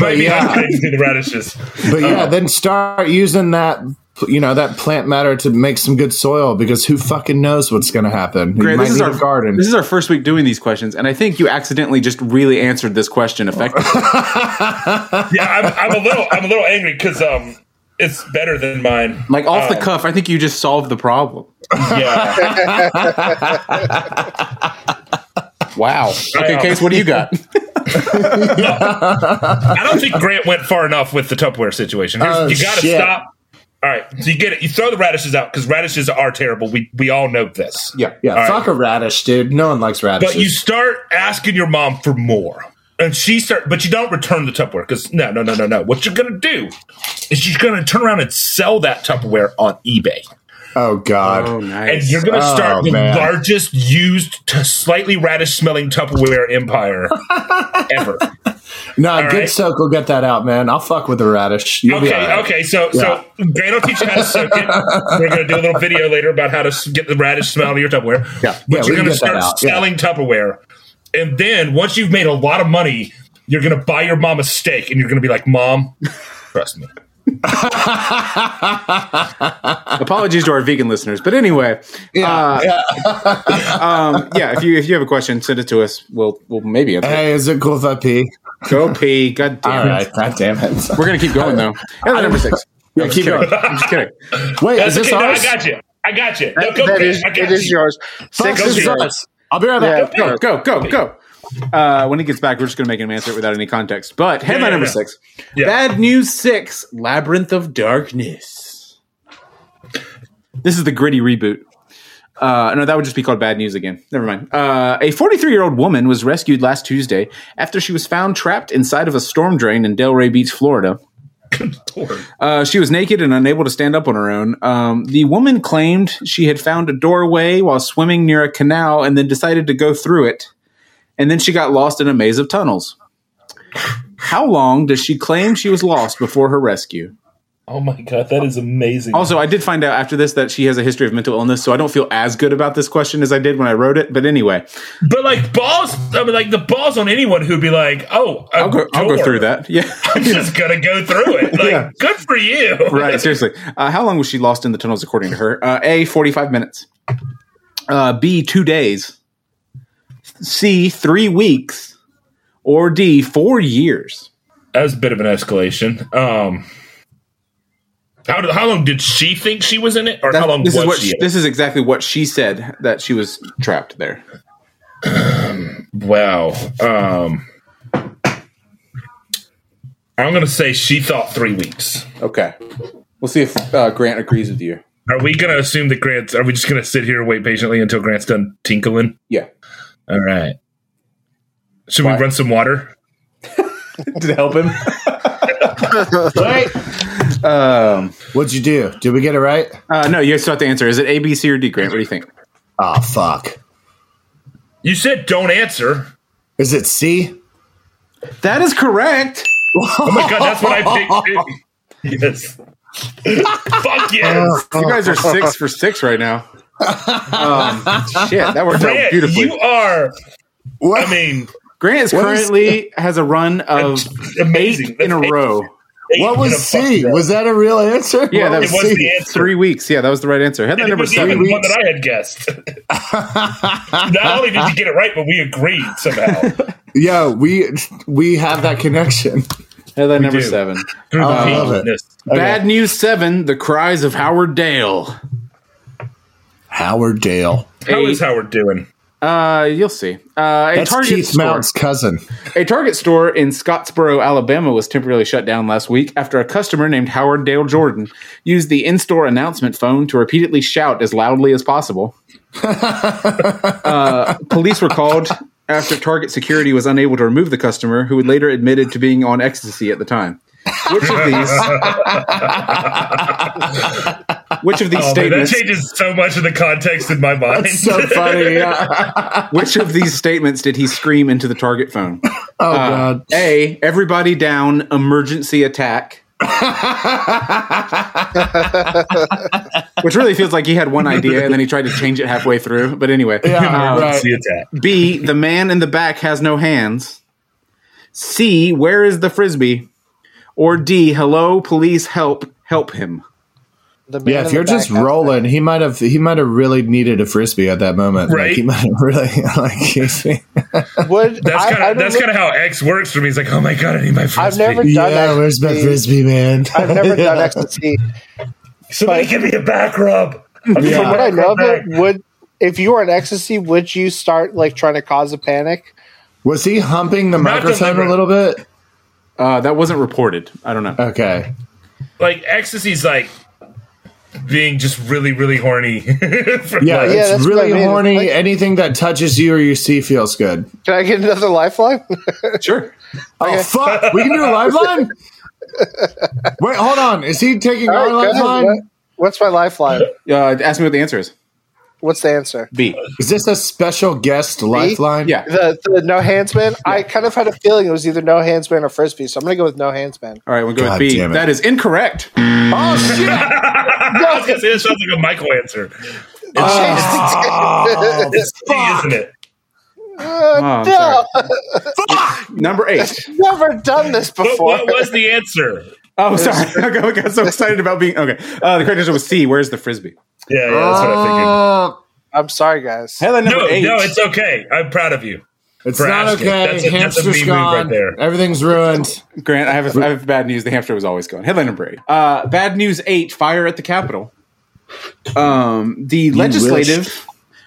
Maybe yeah. I'm [laughs] going to do the radishes. But Uh-huh. yeah, then start using that you know that plant matter to make some good soil because who fucking knows what's going to happen? You Grant, might this is need our a garden. This is our first week doing these questions, and I think you accidentally just really answered this question effectively. Yeah, I'm, I'm a little I'm a little angry because um, it's better than [laughs] mine. like off the Um, cuff, I think you just solved the problem. Yeah, Wow. Okay, Wow. Case, what do you got? I don't think Grant went far enough with the Tupperware situation. Here's- Oh, you got to shit. stop. All right, so you get it. You throw the radishes out because radishes are terrible. We we all know this. Yeah. Yeah, right. fuck a radish, dude. No one likes radishes. But you start asking your mom for more. And she start, but you don't return the Tupperware because no, no, no, no, no. What you're gonna do is you're gonna turn around and sell that Tupperware on eBay, oh [laughs] god. Oh, and nice. you're gonna Oh, start the man. largest used, to slightly radish smelling [laughs] Tupperware empire ever. no, good right. soak will get that out, man. I'll fuck with a radish. You'll be Okay, all right. okay. So, so Grant will teach you how to soak it. We're going to do a little video later about how to s- get the radish smell out of your Tupperware. Yeah, yeah, but we you're can going get to that start out, yeah. selling Tupperware, and then once you've made a lot of money, you're going to buy your mom a steak, and you're going to be like, "Mom, trust me." Apologies to our vegan listeners, but anyway, yeah, uh, um, yeah. If you if you have a question, send it to us. We'll we'll maybe answer it. Hey, is it cool if I pee? go pee. God damn All it. right, [laughs] god damn it. We're gonna keep going though. Yeah, number six. Yeah, I'm just keep kidding. going. I'm just [laughs] kidding. Wait, That's is this okay. No, ours? I got you. I got you. No, go that pee. is, I got it is you. yours. Fuck, Six this go is is pee. yours. ours. I'll be right Yeah, back. Go, go, go, go. Uh, when he gets back, we're just gonna make him answer it without any context. But headline yeah, number yeah. six: Yeah. Bad News Six: Labyrinth of Darkness. This is the gritty reboot. Uh, no, that would just be called bad news again. Never mind. Uh, a 43 year old woman was rescued last Tuesday after she was found trapped inside of a storm drain in Delray Beach, Florida. Lord. Uh, she was naked and unable to stand up on her own. Um, the woman claimed she had found a doorway while swimming near a canal and then decided to go through it. And then she got lost in a maze of tunnels. How long does she claim she was lost before her rescue? Oh my god, that is amazing. Also, I did find out after this that she has a history of mental illness, so I don't feel as good about this question as I did when I wrote it. But anyway, But like balls, I mean, like the balls on anyone who'd be like, "Oh, I'll go, I'll go through that. Yeah. [laughs] I'm just gonna go through it. Like, Yeah. good for you. right, seriously. Uh, how long was she lost in the tunnels, according to her? Uh, A, 45 minutes. Uh, B, two days. C, three weeks. Or D, four years. that was a bit of an escalation. Um, how, did- how long did she think she was in it, or how long this was is what she? she- in it? this is exactly what she said that she was trapped there. wow. Um, I'm gonna say she thought three weeks. Okay, we'll see if uh, Grant agrees with you. Are we gonna assume that Grant's? Are we just gonna sit here and wait patiently until Grant's done tinkling? Yeah, All right. Should Why? we run some water? did it help him? Wait. um, What'd you do? Did we get it right? uh, no, you still have to answer. Is it A, B, C, or D, Grant? What do you think? Oh fuck. You said don't answer. Is it C? That is correct. Oh my god, that's what [laughs] I picked. too. Yes. Fuck yes. You guys are six for six right now. Um, shit, that worked out Grant, beautifully. you are. What? I mean, Grant is What is- currently has a run of [laughs] amazing. in a That's row. eight what in a was fucking C? row. Was that a real answer? Yeah, that What was it was the answer. Three weeks. Yeah, that was the right answer. Headline It number was even seven. the one that I had guessed. [laughs] Not only did you get it right, but we agreed somehow. Yo, we we have that connection. Headline number do. seven. Through the I love it. painlessness. Bad news seven. The cries of Howard Dale. Howard Dale. How Eight. is Howard doing? Uh, you'll see. Uh, a That's Target Keith store. [laughs] Mount's cousin. A Target store in Scottsboro, Alabama was temporarily shut down last week after a customer named Howard Dale Jordan used the in store announcement phone to repeatedly shout as loudly as [laughs] possible. Uh, police were called after Target security was unable to remove the customer, who later admitted to being on ecstasy at the time. Which of [laughs] these? which of these Oh, man, that statements? changes so much of the context in my mind. That's [laughs] so funny. Yeah. Which of these statements did he scream into the Target phone? Uh, Oh god. A. Everybody down. Emergency attack. Which really feels like he had one idea and then he tried to change it halfway through. But anyway. Yeah, Um, right. the attack. B. The man in the back has no hands. C. Where is the frisbee? Or D. Hello, police, help, help him. The man Yeah, in if the you're just back. rolling, he might have he might have really needed a frisbee at that moment. Like Right. he might have really [laughs] like he's- Would, That's I- kind I've of that's never- kind of how X works for me. It's like, oh my god, I need my frisbee. never- Done Yeah, where's my ecstasy. frisbee, man? [laughs] I've never Yeah. done ecstasy. Somebody give me a back rub. I'm Yeah. From what I know of back. it, would if you were in ecstasy, would you start like trying to cause a panic? Was he humping the Not microphone a deliberate. little bit? Uh, that wasn't reported. I don't know. Uh, Okay. Like ecstasy's like being just really, really horny. [laughs] For, Yeah, like- it's that's what really I mean. horny. Like- Anything that touches you or you see feels good. Can I get another lifeline? [laughs] Sure. Oh fuck! We can do a live [laughs] line. Wait, hold on. Is he taking All our right, go live ahead. line? What- what's my lifeline? Uh, ask me what the answer is. What's the answer? B. Is this a special guest lifeline? Yeah. The, the no hands man. I kind of had a feeling it was either no hands man or frisbee, so I'm gonna go with no hands man. All right, we'll go God with B. damn it. That is incorrect. [laughs] Um, Oh shit! [laughs] I was gonna say this sounds like a Michael answer, Oh, isn't it? Ah, Oh, I'm no, sorry. Number eight. never done this But before. what was the answer? Oh, sorry. [laughs] I got so excited about being okay. Uh, the correct answer was C. Where's the frisbee? Yeah, yeah, that's what I Uh, I'm sorry, guys. Helen figured. number No, eight. no, it's okay. I'm proud of you. it's For not asking. okay. That's a- that's a Hamster's B move right gone. there. Everything's ruined. Grant, I have, I have bad news. The hamster was always gone. Headline number eight. Uh, bad news eight. Fire at the Capitol. Um, the legislative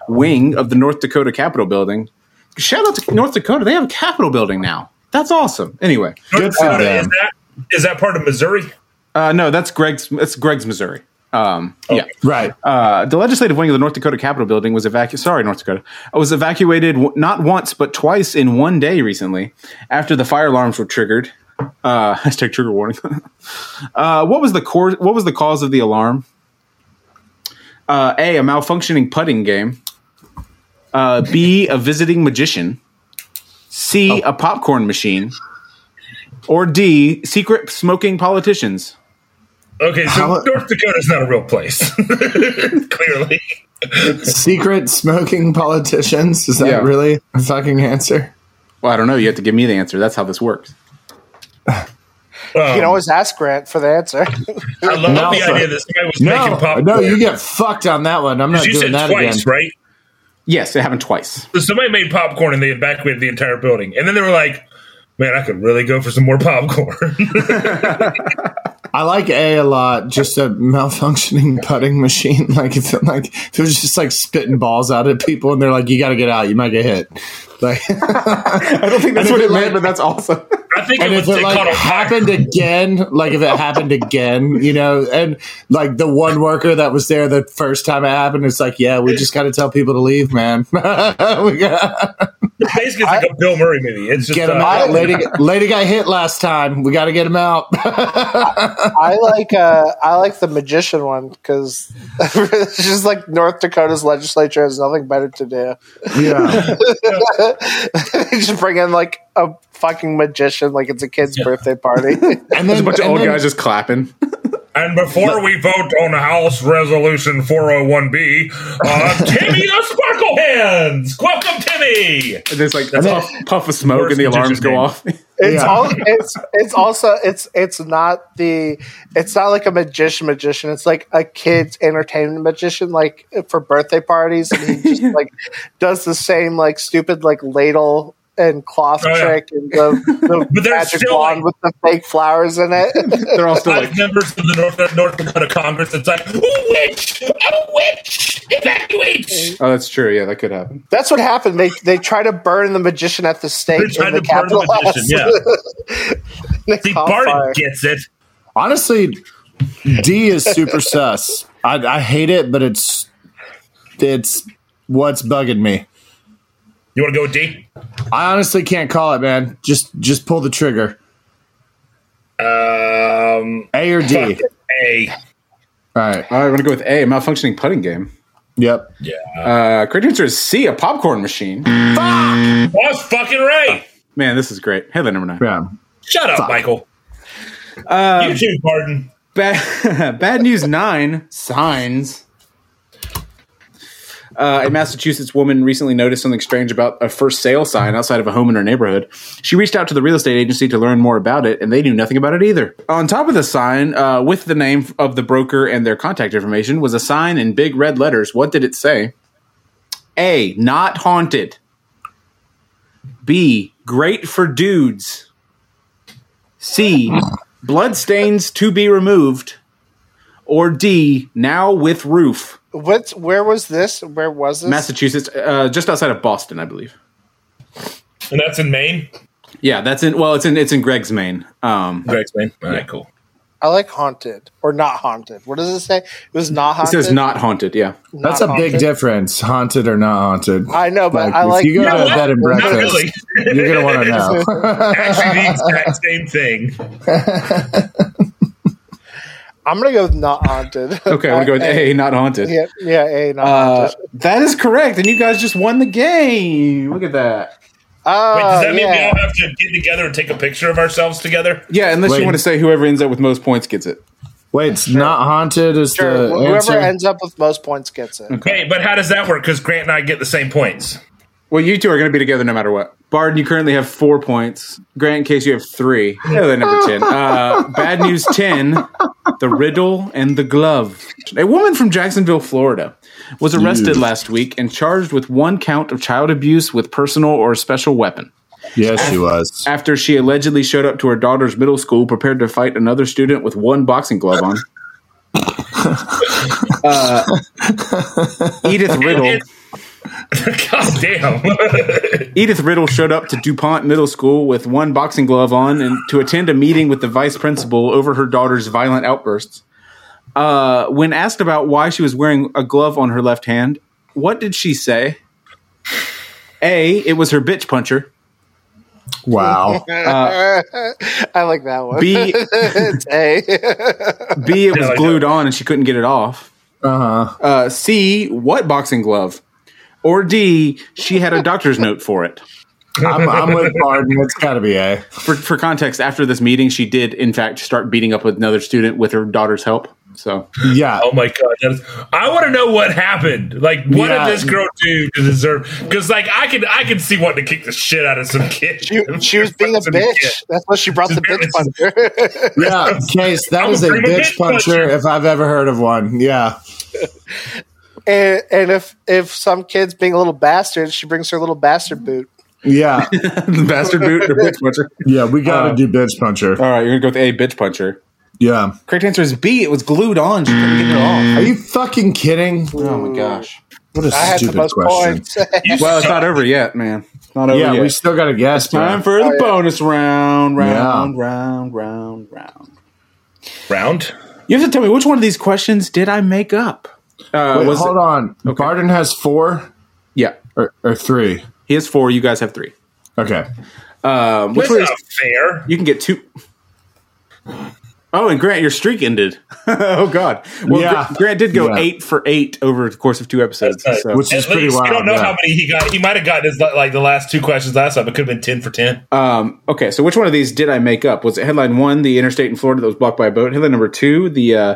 wing of the North Dakota Capitol building. Shout out to North Dakota. They have a Capitol building now. That's awesome. Anyway, Good for Dakota, is them. that is that part of Missouri? uh, no, that's Greg's. That's Greg's Missouri. Um, Yeah. Right. Uh, the legislative wing of the North Dakota Capitol building was evacuated. Sorry, North Dakota, uh, was evacuated w- not once but twice in one day recently after the fire alarms were triggered. Uh, [laughs] hashtag trigger warning. uh, what was the core? What was the cause of the alarm? Uh, a a malfunctioning putting game. Uh, B a visiting magician. C a popcorn machine. Or D secret smoking politicians. Okay, so How- North Dakota's not a real place. [laughs] Clearly. Secret smoking politicians. Is that Yeah. really a fucking answer? Well, I don't know. You have to give me the answer. That's how this works. Um, You can always ask Grant for the answer. I love No, the sir. idea this guy was making No, popcorn. no, you get fucked on that one. I'm not you doing said that twice, again. right? Yes, it happened twice. So somebody made popcorn and they evacuated the entire building. And then they were like, man, I could really go for some more popcorn. [laughs] I like A a lot. Just a malfunctioning [laughs] putting machine. Like if like if it was just like spitting balls out at people, and they're like, "You got to get out. You might get hit." [laughs] [laughs] Like, I don't think that's And what it meant, if it like- but that's [laughs] awesome. I think and it was if they it caught like on fire. happened again, like if it happened again, you know, and like the one worker that was there the first time it happened, it's like, yeah, we just got to tell people to leave, man. [laughs] we gotta Basically, it's like a Bill Murray movie. It's just get them uh, out. Lady, lady got hit last time. We got to get him out. I like uh, I like the magician one because it's [laughs] just like North Dakota's legislature has nothing better to do. [laughs] [laughs] yeah, They just bring in like a fucking magician, like it's a kid's birthday [laughs] party. and There's a bunch of and old then- guys just clapping. And before we vote on House Resolution 401B, uh, [laughs] Timmy the Sparklehands! Welcome, Timmy! There's like a puff, puff of smoke and the Worst alarms go magician off. [laughs] It's Yeah. all it's it's also it's it's not the it's not like a magician magician. It's like a kid's entertainment magician, like for birthday parties. And he [laughs] just like does the same like stupid like ladle and cloth Oh, yeah. trick and the, the [laughs] But there's magic still, like- wand with the fake flowers in [laughs] it. They're all still like, Five members of the North, North Dakota Congress, it's like, a witch! A witch! Evacuate! oh, that's true. Yeah, that could happen. That's what happened. They they try to burn the magician at the They're stake in trying the to burn Capitol the magician, yeah. House. [laughs] See, Caught fire. Barton gets it. Honestly, D is [laughs] super sus. I, I hate it, but it's it's what's bugging me. You want to go with D? I honestly can't call it, man. Just just pull the trigger. Um, A or D. A. All All right. right, I'm going to go with A, a malfunctioning putting game. Yep. Yeah. Uh, correct answer is C, a popcorn machine. I was fucking right. Man, this is great. Headline number nine. Yeah. Shut up, Michael. you too, Barton. Bad, [laughs] bad news nine signs. Uh, a Massachusetts woman recently noticed something strange about a first sale sign outside of a home in her neighborhood. She reached out to the real estate agency to learn more about it, and they knew nothing about it either. On top of the sign, uh, with the name of the broker and their contact information, was a sign in big red letters. What did it say? A. Not haunted. B. Great for dudes. C. Bloodstains to be removed, or D, now with roof. What's where was this? Where was this? Massachusetts, uh, just outside of Boston, I believe. And that's in Maine. Yeah, that's in. Well, it's in it's in Greg's Maine. Um, Greg's Maine. All right, cool. I like haunted or not haunted. What does it say? It was not it haunted. says not haunted. Yeah, Not That's a haunted? big difference, haunted or not haunted. I know, but I if like- you go You know to what? bed and Not breakfast, really. [laughs] you're gonna [laughs] want to know. Actually, the exact same thing. I'm gonna go with not haunted. [laughs] Okay, I'm gonna go with A, not haunted. [laughs] Yeah, yeah, A, not Uh, haunted. that is correct, and you guys just won the game. Look at that. Oh, Wait, does that mean yeah. we all have to get together and take a picture of ourselves together? Yeah, unless Wait. you want to say whoever ends up with most points gets it. Wait, it's not haunted is Uh, Sure, the wh- Whoever answer. ends up with most points gets it. Hey, but how does that work? Because Grant and I get the same points. [laughs] Well, you two are going to be together no matter what. Barden, you currently have four points. Grant, in case you have three. No, they're number 10. Uh, bad News 10, The Riddle and the Glove. A woman from Jacksonville, Florida, was arrested last week and charged with one count of child abuse with personal or special weapon yes, she was. after she allegedly showed up to her daughter's middle school prepared to fight another student with one boxing glove [laughs] on. Uh, Edith Riddle. God damn. [laughs] Edith Riddle showed up to DuPont Middle School with one boxing glove on and to attend a meeting with the vice principal over her daughter's violent outbursts. Uh, when asked about why she was wearing a glove on her left hand, what did she say? A, it was her bitch puncher. [laughs] Wow. I like that one. B, [laughs] it's [laughs] A. B, it was I glued on and she couldn't get it off. Uh huh. Uh, C, what boxing glove? Or D, she had a doctor's note for it. I'm, I'm with Barden. It's got to be A. For, for context, after this meeting, she did in fact start beating up another student with her daughter's help. So Yeah. Oh my god! That is, I want to know what happened. Like, what Yeah. did this girl do to deserve? Because, like, I can I can see wanting to kick the shit out of some kid. She, she was being [laughs] a Some bitch. kid. That's why she brought the bitch puncher. Yeah, [laughs] case that I'm is a afraid of bitch bitch puncher puncher. if I've ever heard of one. Yeah. [laughs] and, and if if some kid's being a little bastard, she brings her little bastard boot. Yeah. the [laughs] bastard boot or bitch puncher. Yeah, we got to do bitch puncher. All right, you're gonna go with A, bitch puncher. Yeah. Correct answer is B. It was glued on. She couldn't get it off. Are you fucking kidding? Oh my gosh. What a I had the stupid most [laughs] question. points. You Well, it's suck. not over yet, man. It's not over Yeah, yet. we still got to guess. Oh, Time bro. for the bonus round, round, Yeah. round, round, round. round. You have to tell me which one of these questions did I make up? Uh, Wait, was hold it- on. Barden has four Yeah, or, or three. he has four. You guys have three. Okay. Um, which That's one is, not fair. you can get two. Oh, and Grant, your streak ended. [laughs] oh God. Well, Yeah. Gr- Grant did go Yeah. eight for eight over the course of two episodes. That's so. nice. Which is At pretty least wild. I don't know yeah. how many he got. He might have gotten his li- like the last two questions last time. It could have been ten for ten. Um, okay, so which one of these did I make up? Was it headline one, the interstate in Florida that was blocked by a boat? Headline number two, the uh,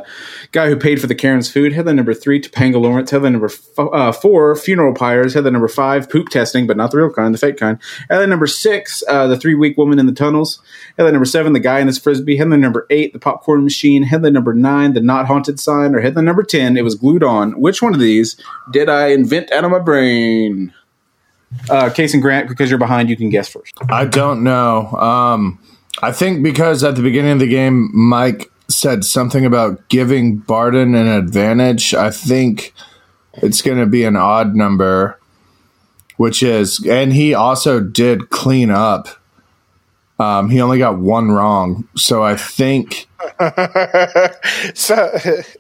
guy who paid for the Karen's food? Headline number three, Topanga Lawrence. Headline number f- uh, four, funeral pyres. Headline number five, poop testing, but not the real kind, the fake kind. Headline number six, uh, the three week woman in the tunnels. Headline number seven, the guy in his frisbee. Headline number eight, the popcorn machine. Headline number nine, the not haunted sign. Or headline number 10, it was glued on. Which one of these did I invent out of my brain? Uh, Case and Grant, because you're behind, you can guess first. I don't know. Um, I think because at the beginning of the game, Mike said something about giving Barden an advantage. I think it's going to be an odd number, which is, and he also did clean up. Um, he only got one wrong, so I think so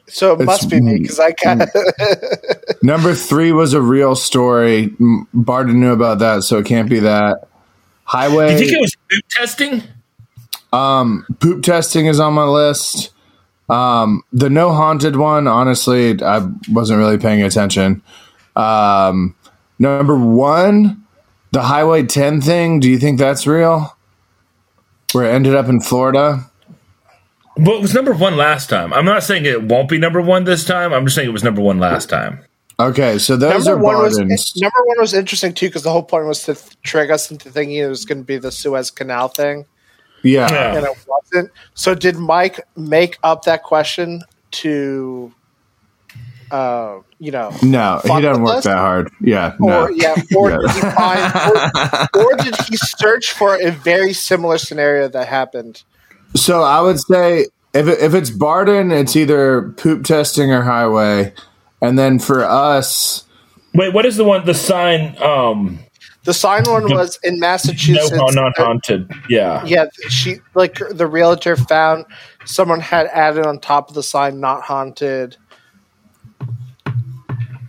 so it must be me because I got mm, number three was a real story. M- Barden knew about that, so it can't be that. Highway. You think it was food testing? poop testing is on my list. Um, the no haunted one, honestly, I wasn't really paying attention. Um, number one, the Highway 10 thing. Do you think that's real? Where it ended up in Florida? Well, it was number one last time. I'm not saying it won't be number one this time. I'm just saying it was number one last time. Okay, so those number are one was Barden's. [laughs] number one was interesting too because the whole point was to th- trick us into thinking it was going to be the Suez Canal thing, yeah. Yeah. and it wasn't. So did Mike make up that question to, uh, you know, No, he Fuck doesn't with work us? that hard. Yeah, no. or yeah, or did he find, [laughs] or, or did he search for a very similar scenario that happened? So I would say if it, if it's Barden, it's either poop testing or highway. And then for us, Wait, what is the one? The sign. Um, The sign one was in Massachusetts. no, not haunted. Yeah. Yeah, she like the realtor found someone had added on top of the sign "not haunted."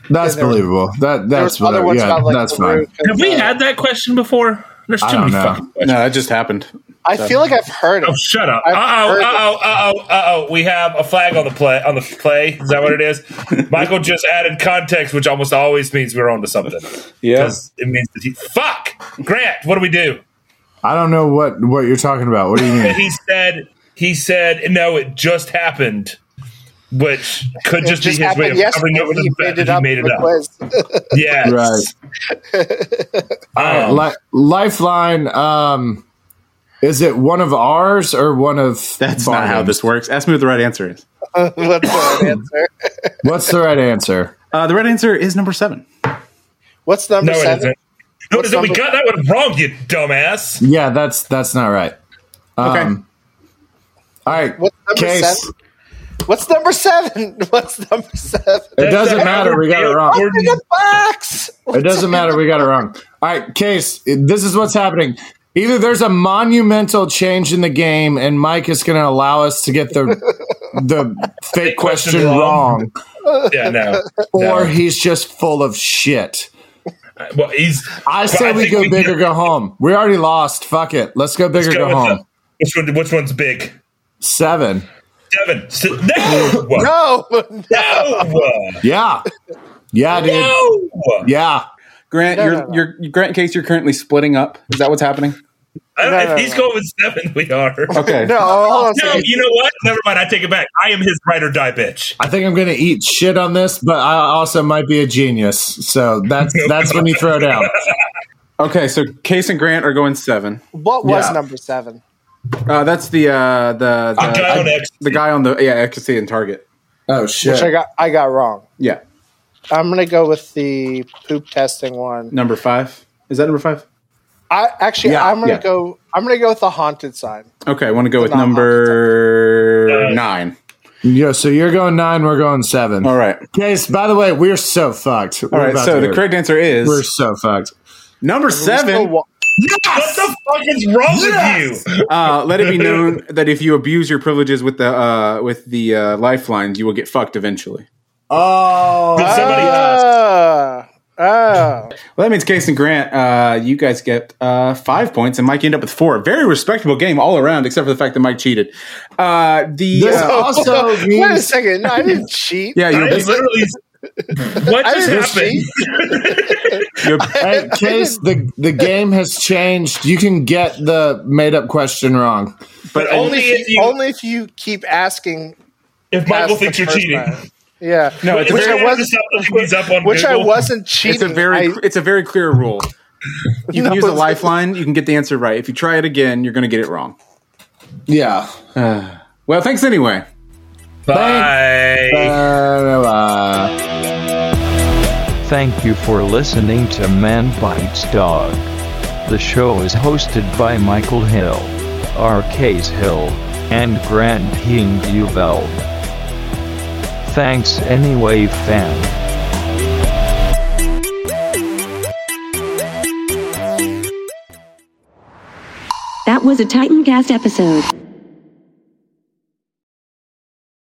That's there- believable. That that's there was other whatever. ones Yeah, about like that's the fine. roof and Have we the- had that question before? There's too I don't many know. fucking questions. No, that just happened. I feel like I've heard it. Oh, shut up! Uh I've oh! heard Uh oh! Uh oh! Uh oh! We have a flag on the play. On the play, is that what [laughs] it is? Michael just added context, which almost always means we're onto something. Yeah. 'Cause It means that he fuck Grant. What do we do? I don't know what what you're talking about. What do you [laughs] mean? He said. He said. No, it just happened, which could It just, just be his way happened of yesterday. covering up for He the fact made that it he up. made it with up. [laughs] Liz. Yes. Right. [laughs] All right, Um, li- lifeline. Um, is it one of ours or one of? That's not how Barnum's? this works. Ask me what the right answer is. [laughs] What's the right answer? What's the right answer? Uh, the right answer is number seven. What's number No, it seven? isn't. No, it What's isn't. We number- got that one wrong, you dumbass. Yeah, that's that's not right. Okay. Um, All right, What's number case. seven? What's number seven? [laughs] What's number seven? It doesn't That's matter. We got it wrong. What's in [laughs] the box? It doesn't matter. We got it wrong. All right, Case, this is what's happening. Either there's a monumental change in the game, and Mike is going to allow us to get the [laughs] the fake question question wrong, Yeah, no. or No. he's just full of shit. Well, he's. I say I we think go we big can- or go home. We already lost. Fuck it. Let's go big or Let's go go with home. the- which one? Which one's big? Seven. Seven. Se- no. no. [gasps] No, [laughs] No. Yeah. Yeah, dude. Yeah. Grant, No, you're, no, no. you're Grant Case. You're currently splitting up. Is that what's happening? I don't, No, if no, he's no. going with seven, we are. Okay. no. Hold on. a No, second. you know what? Never mind. I take it back. I am his ride or die bitch. I think I'm going to eat shit on this, but I also might be a genius. So that's that's when you throw down. Okay. So Case and Grant are going seven. What was Yeah. number seven? Uh, that's the uh, the the, guy on ecstasy. the guy on the yeah ecstasy and target. Oh shit. Which I got. I got wrong. Yeah. I'm gonna go with the poop testing one. Number five. Is that number five? I actually, Yeah, I'm gonna yeah. go. I'm gonna go with the haunted sign. Okay. I want to go with Not number Uh, nine. Yeah, so you're going nine, we're going seven. All right. Case, by the way, we're so fucked. All right. So the correct answer We're is so fucked. number Still seven. wa- What the fuck is wrong with you? Uh, let it be known that if you abuse your privileges with the uh, with the uh, lifelines, you will get fucked eventually. Oh, Did somebody ask? Ah, ah. Well, that means Case and Grant, uh, you guys get uh, five points, and Mike you end up with four. Very respectable game all around, except for the fact that Mike cheated. Uh, the This uh, also Oh. [laughs] Wait a means second. No, I didn't cheat. yeah, you, I ab- literally. What I just didn't happened? you ab- Hey, Case, the, the game has changed. You can get the made up question wrong. But only if you. only if you keep asking. if past Michael the thinks you're first cheating. round. Yeah. No, it's a which very- I was. not Which I wasn't cheating. it's a very I- it's a very clear rule. You [laughs] can No, use a it's- lifeline, you can get the answer right. If you try it again, you're going to get it wrong. Yeah. Well, thanks anyway. Bye. Uh, Thank you for listening to Man Bites Dog. The show is hosted by Michael Hill, R. Case Hill, and Grant King Duveld. Thanks anyway, fam. That was a Titancast episode.